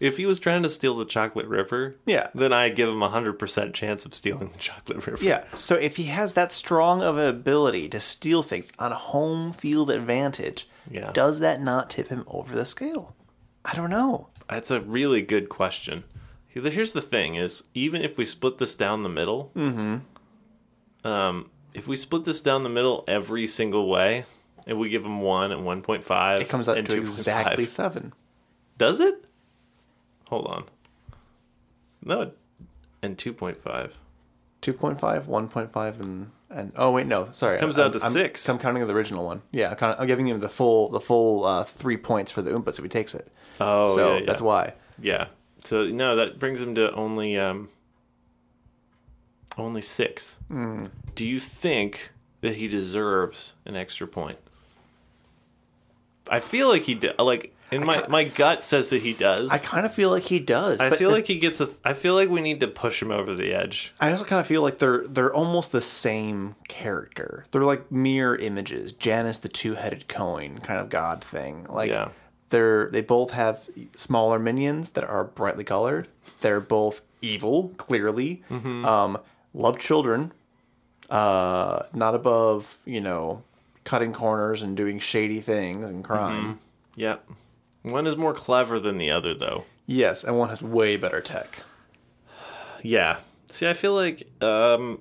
if he was trying to steal the chocolate river, Yeah. then I'd give him a hundred percent chance of stealing the chocolate river. Yeah. So if he has that strong of an ability to steal things on a home field advantage, Yeah. does that not tip him over the scale? I don't know. That's a really good question. Here's the thing: is even if we split this down the middle, um, Mm-hmm. if we split this down the middle every single way, and we give him one and one point five, It comes out to exactly seven. Does it? Hold on. No, it- and two point five. 2.5, 1.5, and and oh wait, no, sorry. Comes I'm- out to I'm- six. I'm counting the original one. Yeah, I'm, count- I'm giving him the full the full uh, three points for the Oompas if he takes it. Oh, so yeah, yeah. that's why. Yeah. So no, that brings him to Hmm. only um only six. Do you think that he deserves an extra point. I feel like he did. Like in my my gut says that he does. I kind of feel like he does. I but feel the- like he gets a. I feel like we need to push him over the edge. I also kind of feel like they're they're almost the same character. They're like mirror images. Janus, the two-headed coin kind of god thing. Like Yeah. they're they both have smaller minions that are brightly colored. They're both evil, clearly. Mm-hmm. Um, love children. Uh, not above you know cutting corners and doing shady things and Mm-hmm. crime. Yep. One is more clever than the other, though. Yes, and one has way better tech. Yeah. See, I feel like um,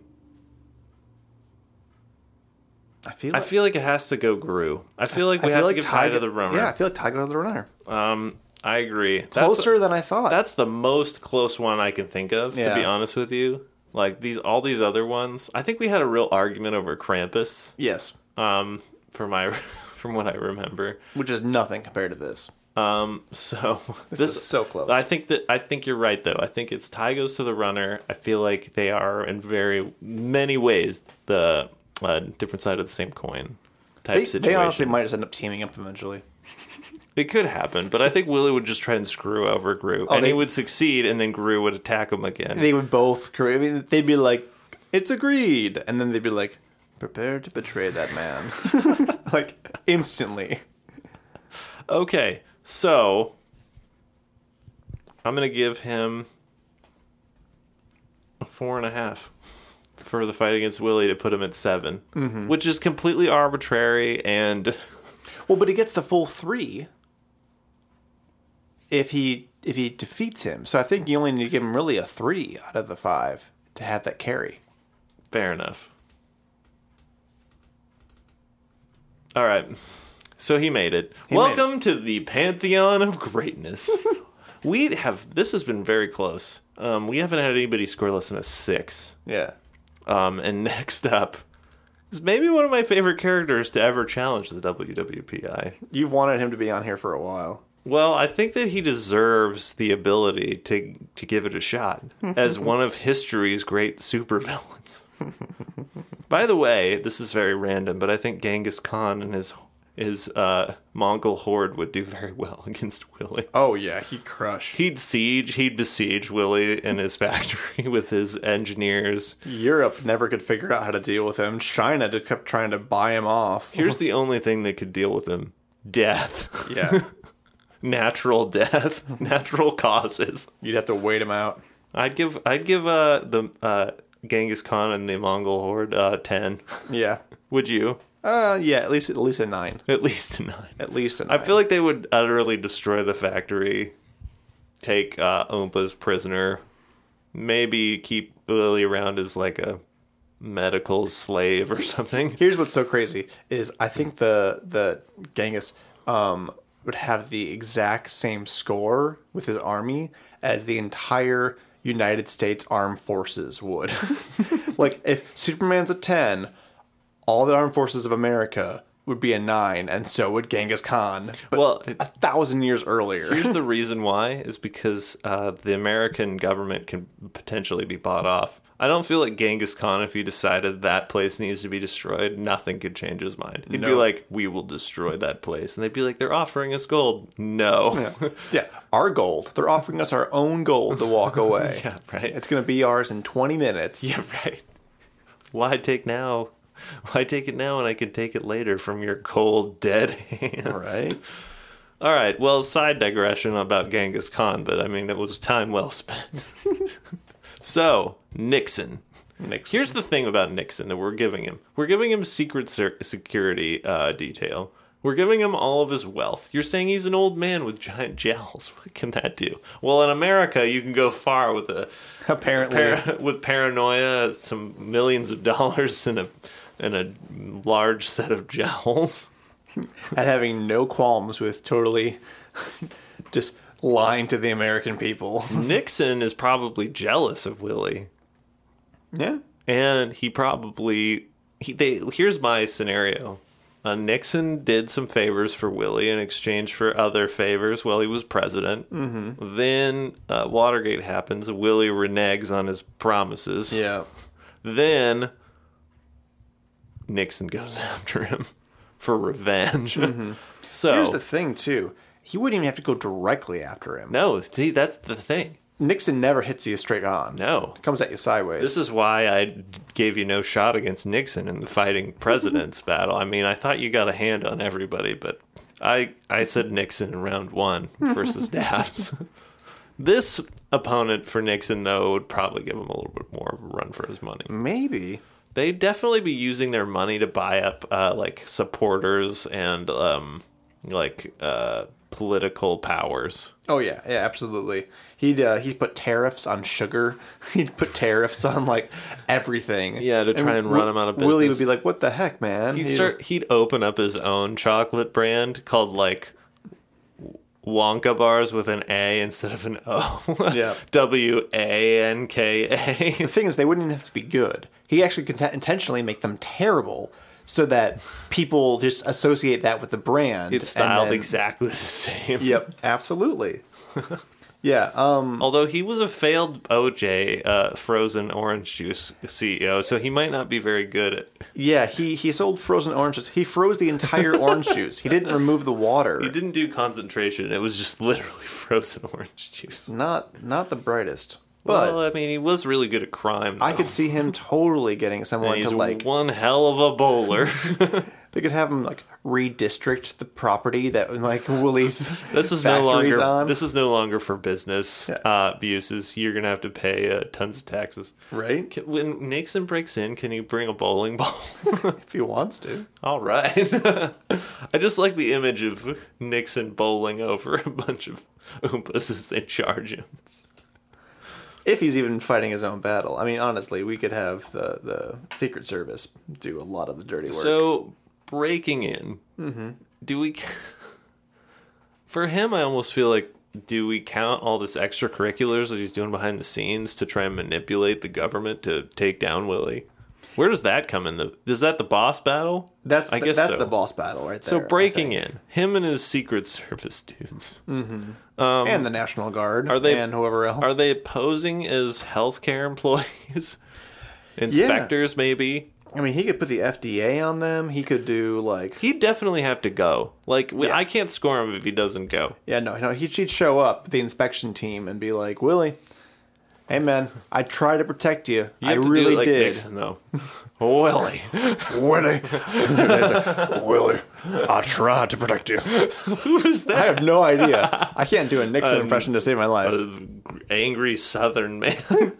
I feel. I Like, feel like it has to go Gru. I feel like we I have feel to give Ty to the runner. Yeah, I feel like Tiger to the runner. Um, I agree. That's- Closer than I thought. That's the most close one I can think of, to be Yeah. honest with you. Like these, all these other ones. I think we had a real argument over Krampus. yes. Um, from my, from what I remember. which is nothing compared to this. Um, so this, is so close. I think that I think you're right though. I think it's tie goes to the runner. I feel like they are in very many ways the uh, different side of the same coin type They, situation. they honestly might just end up teaming up eventually. It could happen, but I think Willie would just try and screw over Gru, and he Oh, they- would succeed, and then Gru would attack him again. They would both. cre- I mean, they'd be like, "It's agreed," and then they'd be like, "Prepare to betray that man," like instantly. Okay, so I'm gonna give him a four and a half for the fight against Willie to put him at 7 Mm-hmm. which is completely arbitrary. And Well, but he gets the full three if he if he defeats him. So I think you only need to give him really a three out of the five to have that carry. fair enough. All right, so he made it. made it. Welcome to the pantheon of greatness. we have this has been very close. Um, we haven't had anybody score less than a six. Yeah. Um, and next up is maybe one of my favorite characters to ever challenge the WWPI. You've wanted him to be on here for a while. Well, I think that he deserves the ability to to give it a shot as one of history's great supervillains. By the way, this is very random, but I think Genghis Khan and his his uh, Mongol horde would do very well against Willie. Oh yeah, he crushed. He'd siege, he'd besiege Willie in his factory with his engineers. Europe never could figure out how to deal with him. China just kept trying to buy him off. Here's the only thing that could deal with him: death. yeah. natural death, natural causes. You'd have to wait him out. I'd give I'd give uh the uh Genghis Khan and the Mongol horde uh 10. Yeah. Would you? Uh yeah, at least at least a nine. At least a 9. At least a nine. I feel like they would utterly destroy the factory, take uh Ompa's prisoner, maybe keep Lily around as like a medical slave or something. here's what's so crazy is I think the the Genghis um would have the exact same score with his army as the entire United States Armed Forces would. like if Superman's a ten, all the armed forces of America would be a nine, and so would Genghis Khan. But Well, a thousand years earlier. Here's the reason why is because uh, the American government can potentially be bought off. I don't feel like Genghis Khan, if he decided that place needs to be destroyed, nothing could change his mind. He'd be No. like, "We will destroy that place," and they'd be like, "They're offering us gold." No, yeah, Yeah, our gold. They're offering us our own gold to walk away. right, It's going to be ours in 20 minutes. yeah, right. Why take now? Why take it now, and I can take it later from your cold, dead hands? Right? All right. Well, side digression about Genghis Khan, but I mean, it was time well spent. so, Nixon. Nixon. Here's the thing about Nixon that we're giving him we're giving him secret ser- security uh, detail. We're giving him all of his wealth. You're saying he's an old man with giant jowls. What can that do? Well, in America, you can go far with a Apparently. par- with paranoia, some millions of dollars, and a and a large set of jowls. and having no qualms with totally just lying to the American people. Nixon is probably jealous of Willie, Yeah. and he probably he, they here's my scenario. Uh, Nixon did some favors for Willie in exchange for other favors while he was president. Mm-hmm. Then uh, Watergate happens. Willie reneges on his promises. Yeah. Then Nixon goes after him for revenge. so Mm-hmm. Here's the thing, too. He wouldn't even have to go directly after him. no, see that's the thing. Nixon never hits you straight on. No. Comes at you sideways. This is why I gave you no shot against Nixon in the fighting presidents battle. I mean, I thought you got a hand on everybody, but I I said Nixon in round one versus Dabs. this opponent for Nixon though would probably give him a little bit more of a run for his money. Maybe. They definitely be using their money to buy up uh, like supporters and um, like uh, political powers. Oh yeah, yeah, absolutely. He'd uh, he'd put tariffs on sugar. He'd put tariffs on like everything. Yeah, to try and run him out of Willie business. would be like, "What the heck, man?" He'd He'd- start. He'd open up his own chocolate brand called like Wonka bars with an A instead of an O. Yeah. W A N K A. The thing is, they wouldn't even have to be good. He actually could intentionally make them terrible so that people just associate that with the brand. It's and styled then- exactly the same. Yep, absolutely. yeah. Um. Although he was a failed OJ uh, frozen orange juice CEO, so he might not be very good at. Yeah. He he sold frozen oranges. He froze the entire orange juice. He didn't remove the water. He didn't do concentration. It was just literally frozen orange juice. Not not the brightest. But well, I mean, he was really good at crime. I though. could see him totally getting someone He's to like. one hell of a bowler. They could have him like redistrict the property that like Willie's. This is no factory's longer on. this is no longer for business Yeah. uh, abuses. You're gonna have to pay uh, tons of taxes. right Can, when Nixon breaks in, can he bring a bowling ball? if he wants to. All right. I just like the image of Nixon bowling over a bunch of oompas as they charge him. If he's even fighting his own battle. I mean, honestly, we could have the the Secret Service do a lot of the dirty work. Mm-hmm. So breaking in, do we? c- For him, I almost feel like do we count all this extracurriculars that he's doing behind the scenes to try and manipulate the government to take down Willie? Where does that come in? The is that the boss battle? that's I the, guess that's so. the boss battle right there. So I breaking think. Mm-hmm. in, him and his Secret Service dudes. and the National Guard Are they- and whoever else Are they posing as healthcare employees, inspectors? Maybe I mean, he could put the FDA on them. He could do like he'd definitely have to go. Like we, I can't score him if he doesn't go. yeah no no he she'd show up the inspection team and be like Willie. Hey man, I tried to protect you. You I have to do it really like did. Nixon, though. Willie. Willie. Willie, I tried to protect you. Who is I that? have no idea. I can't do a Um, Nixon impression to save my uh, life. Angry Southern man.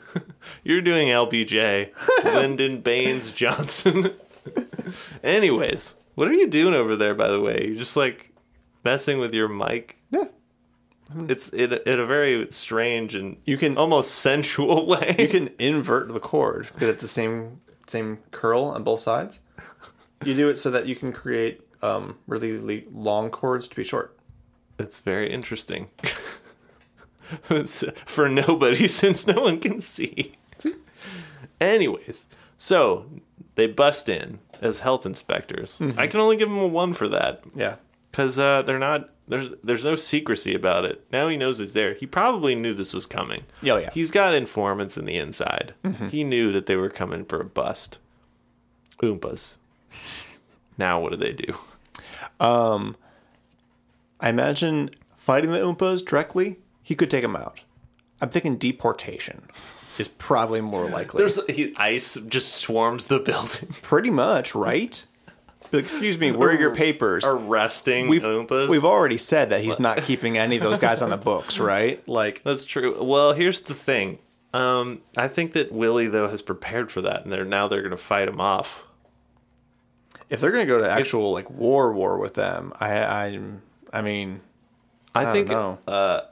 You're doing LBJ. Lyndon Baines Johnson. Anyways, what are you doing over there, by the way? You're just like messing with your mic. Yeah. It's in a, in a very strange and You can- almost sensual way. You can invert the cord because it's the same same curl on both sides. You do it so that you can create um, really, really long cords to be short. That's very interesting. It's for nobody, since no one can see. Anyways, so they bust in as health inspectors. I can only give them a one for that Yeah. because uh, they're not. There's there's no secrecy about it. Now he knows he's there. He probably knew this was coming. Oh, yeah. He's got informants in the inside. He knew that they were coming for a bust. Oompas. Now what do they do? I imagine fighting the Oompas directly, he could take them out. I'm thinking deportation is probably more likely. There's he, ice just swarms the building. pretty much, right? But excuse me, where are your papers? arresting we've, Oompas. we've already said that he's not keeping any of those guys on the books, right? Like, That's true. Well, here's the thing. Um, I think that Willie though has prepared for that, and they're now they're going to fight him off. if they're gonna go to actual like war war with them, I I I mean, I, I think. uh, don't know.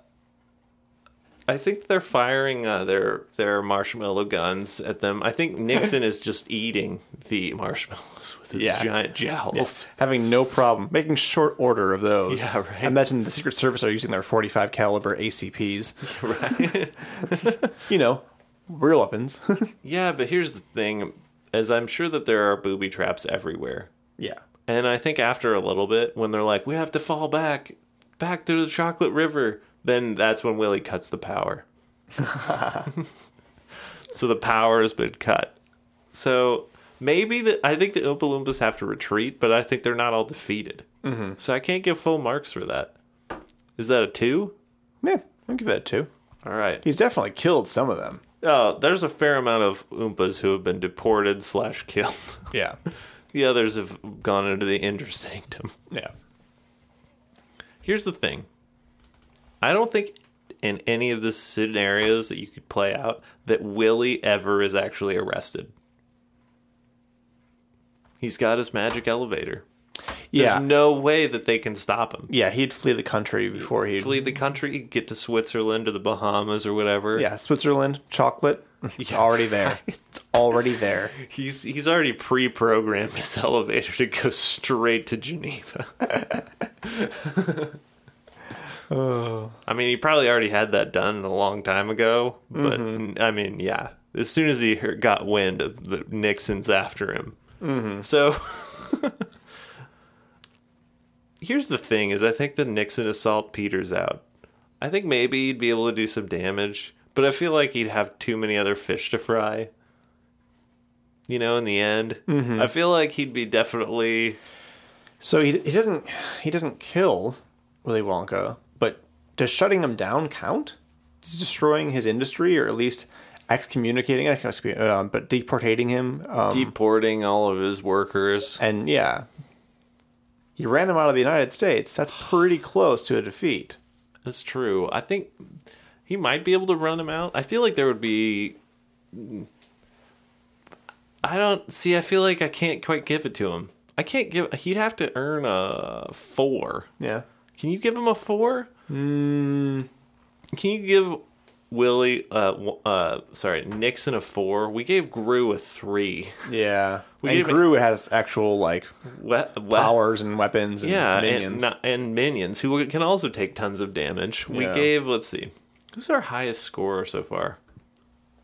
I think they're firing uh, their their marshmallow guns at them. I think Nixon is just eating the marshmallows with his Yeah. giant jowls. Having no problem making short order of those. Yeah, right. I imagine the Secret Service are using their 45 caliber ACPs. Right. you know, real weapons. Yeah, but here's the thing: as I'm sure that there are booby traps everywhere, yeah. And I think after a little bit, when they're like, we have to fall back, back to the chocolate river, then that's when Willie cuts the power. so the power has been cut. So Maybe the, I think the Oompa Loompas have to retreat, but I think they're not all defeated. Mm-hmm. So I can't give full marks for that. Is that a two? Yeah, I'll give that a two. All right. He's definitely killed some of them. Oh, there's a fair amount of Oompas who have been deported slash killed. Yeah. the others have gone into the inner sanctum. Yeah. Here's the thing. I don't think in any of the scenarios that you could play out that Willie ever is actually arrested. He's got his magic elevator. Yeah. There's no way that they can stop him. yeah, he'd flee the country before he'd. Flee the country, get to Switzerland or the Bahamas or whatever. Yeah, Switzerland, chocolate. It's already there. It's already there. He's he's already pre-programmed his elevator to go straight to Geneva. I mean, he probably already had that done a long time ago, but I mean, yeah. As soon as he heard- got wind of the Nixon's after him, so here's the thing: is I think the Nixon assault peters out. I think maybe he'd be able to do some damage, but I feel like he'd have too many other fish to fry. You know, in the end, I feel like he'd be definitely So he, he doesn't he doesn't kill Willy Wonka, but does shutting him down count? Is destroying his industry or at least excommunicating, not excommunicating, um, but deportating him? Um, deporting all of his workers. and yeah, he ran him out of the United States. That's pretty close to a defeat. That's true. I think he might be able to run him out. I feel like there would be. I don't see. I feel like I can't quite give it to him. I can't give. He'd have to earn a four. Yeah. Can you give him a four? Can you give Willie? Uh, w- uh, sorry, Nixon a four. We gave Gru a three. Yeah. We and even- Gru has actual like Well, powers and weapons and yeah, minions. and and minions who can also take tons of damage. We Yeah. gave let's see, who's our highest scorer so far?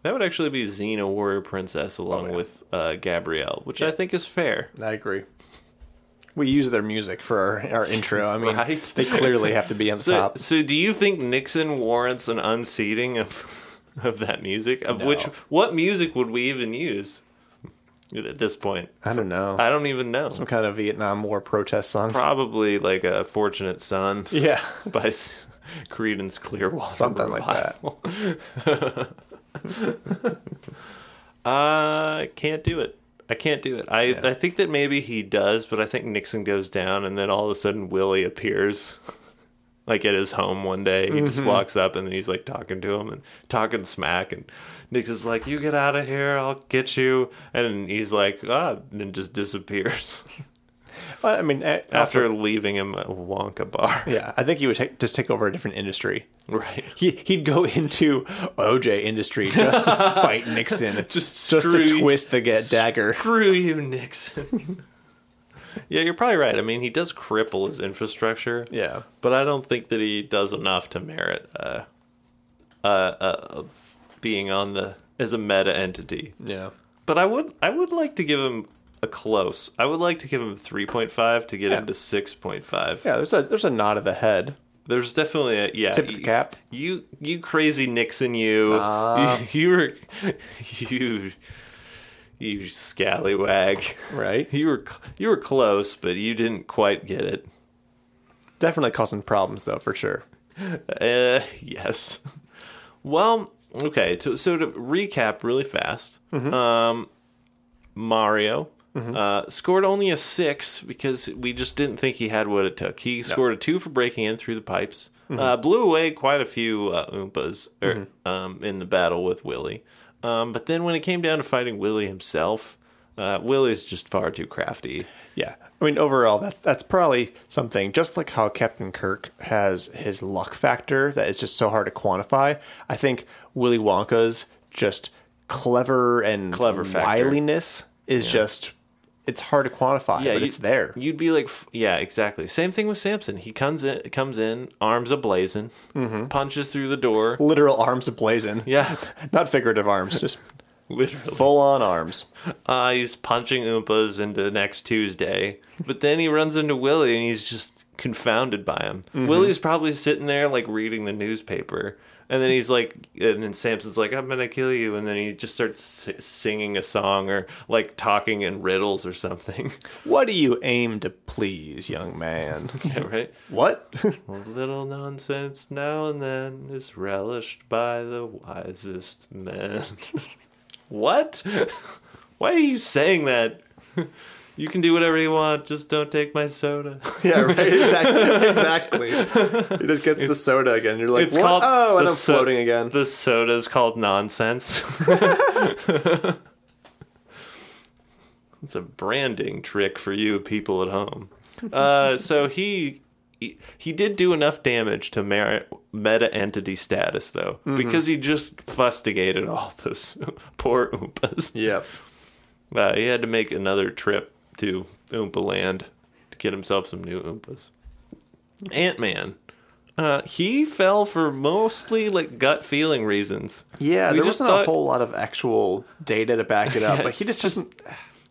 That would actually be Xena Warrior Princess along Oh, yeah. with uh, Gabrielle, which I think is fair. I agree. We use their music for our, our intro. I mean, Right. they clearly have to be on the So, top. so do you think Nixon warrants an unseating of of that music? Of which No. what music would we even use at this point? I don't know. I don't even know. Some kind of Vietnam War protest song. Probably like a Fortunate Son. yeah. by S- Creedence Clearwater Something like that. Revival. I Uh, can't do it. I can't do it. I I think that maybe he does, but I think Nixon goes down, and then all of a sudden Willie appears, like at his home one day. He just Mm-hmm. walks up, and he's like talking to him and talking smack, and Nixon's like, "You get out of here, I'll get you," and he's like, "Ah," and then just disappears But, I mean, a- after also- leaving him at Wonka Bar. yeah, I think he would take, just take over a different industry. Right. He, he'd go into OJ industry just to spite Nixon, Just just to screw- twist the get dagger. Screw you, Nixon. yeah, you're probably right. I mean, he does cripple his infrastructure. Yeah. But I don't think that he does enough to merit uh, uh, uh, being on the as a meta entity. Yeah. But I would I would like to give him a close. I would like to give him 3.5 to get Yeah. him to 6.5. Yeah, there's a there's a nod of the head. There's definitely a yeah. Tip of the cap. You you crazy Nixon you. you you were you you scallywag. Right. You were cl- you were close, but you didn't quite get it. Definitely causing problems though, for sure. Uh, yes. Well, okay. So, so to recap really fast, um, Mario uh, scored only a six because we just didn't think he had what it took. He scored a two for breaking in through the pipes. Uh, blew away quite a few uh, Oompas er, um, in the battle with Willy. Um, but then when it came down to fighting Willy himself, uh, Willy's just far too crafty. Yeah, I mean overall, that's that's probably something. Just like how Captain Kirk has his luck factor that is just so hard to quantify. I think Willy Wonka's just clever and Clever factor. wiliness is just it's hard to quantify, but you- it's there. You'd be like, f- yeah, exactly. Same thing with Samson. He comes in, comes in, arms ablazing, Mm-hmm. punches through the door. Literal arms ablazing, Yeah, not figurative arms, just literally. full on arms. Uh, he's punching Oompas into next Tuesday, but then he runs into Willie and he's just confounded by him. Mm-hmm. Willie's probably sitting there like reading the newspaper, and then he's like, and then Samson's like, "I'm gonna kill you," and then he just starts s- singing a song or like talking in riddles or something, What do you aim to please, young man? Yeah, right? what? A little nonsense now and then is relished by the wisest men. what? Why are you saying that? You can do whatever you want, just don't take my soda. yeah, right. Exactly. Exactly. He just gets the soda again. You're like, It's what? called oh, and the I'm so- floating again. The soda's called nonsense. it's a branding trick for you people at home. Uh, so he, he he did do enough damage to merit meta entity status though, Mm-hmm. because he just fustigated all those poor oompas. yep. Uh, he had to make another trip to Oompa Land to get himself some new Oompas. Ant Man. Uh, he fell for mostly like gut feeling reasons. Yeah, We there just wasn't thought- a whole lot of actual data to back it up. like he just doesn't.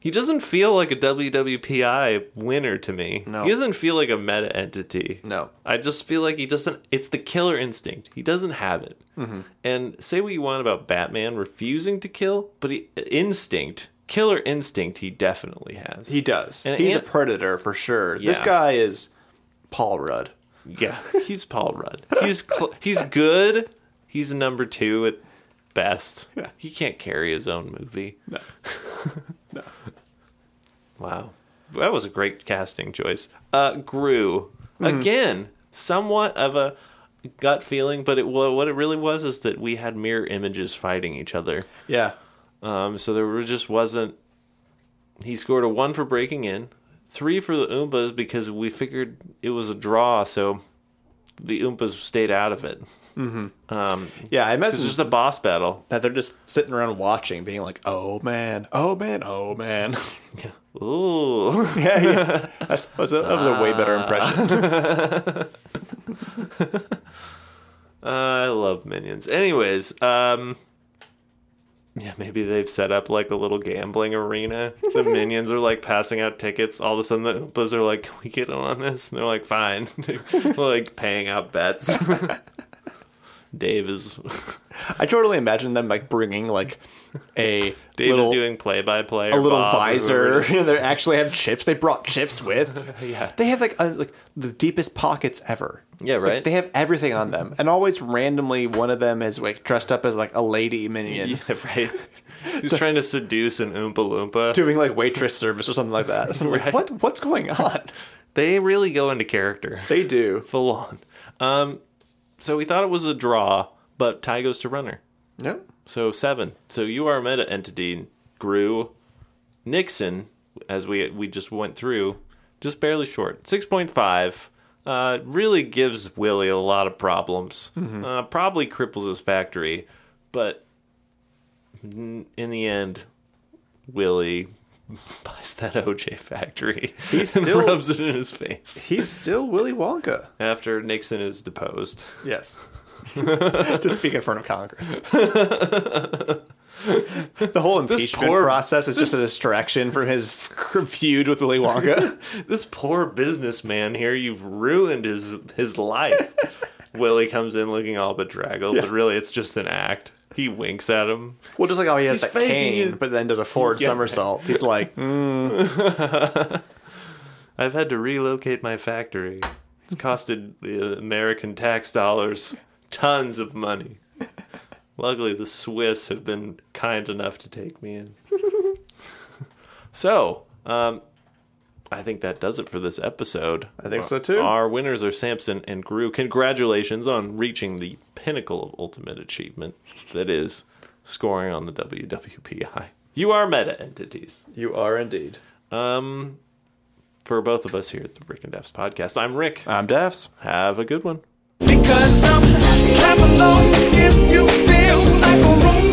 He doesn't feel like a WWPI winner to me. No. He doesn't feel like a meta entity. No. I just feel like he doesn't. It's the killer instinct. He doesn't have it. Mm-hmm. And say what you want about Batman refusing to kill, but he, instinct, killer instinct, he definitely has. He does. And He's Ant- a predator for sure. This Yeah. guy is Paul Rudd. Yeah, he's Paul Rudd. He's cl- he's good. He's number two at best. He can't carry his own movie. No. Wow, that was a great casting choice. Uh, Gru again, somewhat of a gut feeling, but it wa- what it really was is that we had mirror images fighting each other. Yeah. Um, so there were- just wasn't. He scored a one for breaking in, three for the Oombas because we figured it was a draw, so the Oombas stayed out of it. Yeah. I imagine It's just a boss battle. that they're just sitting around watching, being like, "Oh man, oh man, oh man." Ooh, yeah, yeah. That was a, that was a way better impression. I love minions. Anyways, um, yeah, maybe they've set up like a little gambling arena. The minions are like passing out tickets. All of a sudden, the Oombas are like, "Can we get in on this?" And they're like, "Fine." They're like paying out bets. Dave is Ah. I totally imagine them like bringing like a Dave little is doing play by play. a little visor. You know, they actually have chips. They brought chips with. Yeah. They have like a, like the deepest pockets ever. Yeah, Like, right? they have everything on them, and always randomly one of them is like dressed up as like a lady minion. Yeah, right. He's trying to seduce an Oompa Loompa. Doing like waitress service or something like that. I'm like, Right. What what's going on? They really go into character. They do. Full on. Um, so we thought it was a draw, but tie goes to runner. No. So seven. So you are a meta entity. Grew Nixon, as we we just went through, just barely short. Six point five. Uh, really gives Willie a lot of problems. Uh, probably cripples his factory, but n- in the end, Willie buys that OJ factory. He still- rubs it in his face He's still Willy Wonka. after Nixon is deposed. Yes. to speak in front of Congress. the whole impeachment poor- process is just a distraction from his feud with Willy Wonka. this poor businessman here, you've ruined his his life. Willie comes in looking all bedraggled, but really it's just an act. He winks at him. well, just like how he has He's that faking cane, it. but then does a forward Yeah. Mm. somersault. He's like, I've had to relocate my factory. It's costed the American tax dollars tons of money. Luckily, the Swiss have been kind enough to take me in. so, um, I think that does it for this episode. I think so, too. Our winners are Samson and Gru. Congratulations on reaching the pinnacle of ultimate achievement that is scoring on the WWPI. You are meta entities. you are indeed. Um, for both of us here at the Rick and Devs podcast, I'm Rick. I'm Devs. Have a good one. Because I'm capital. If you feel like a room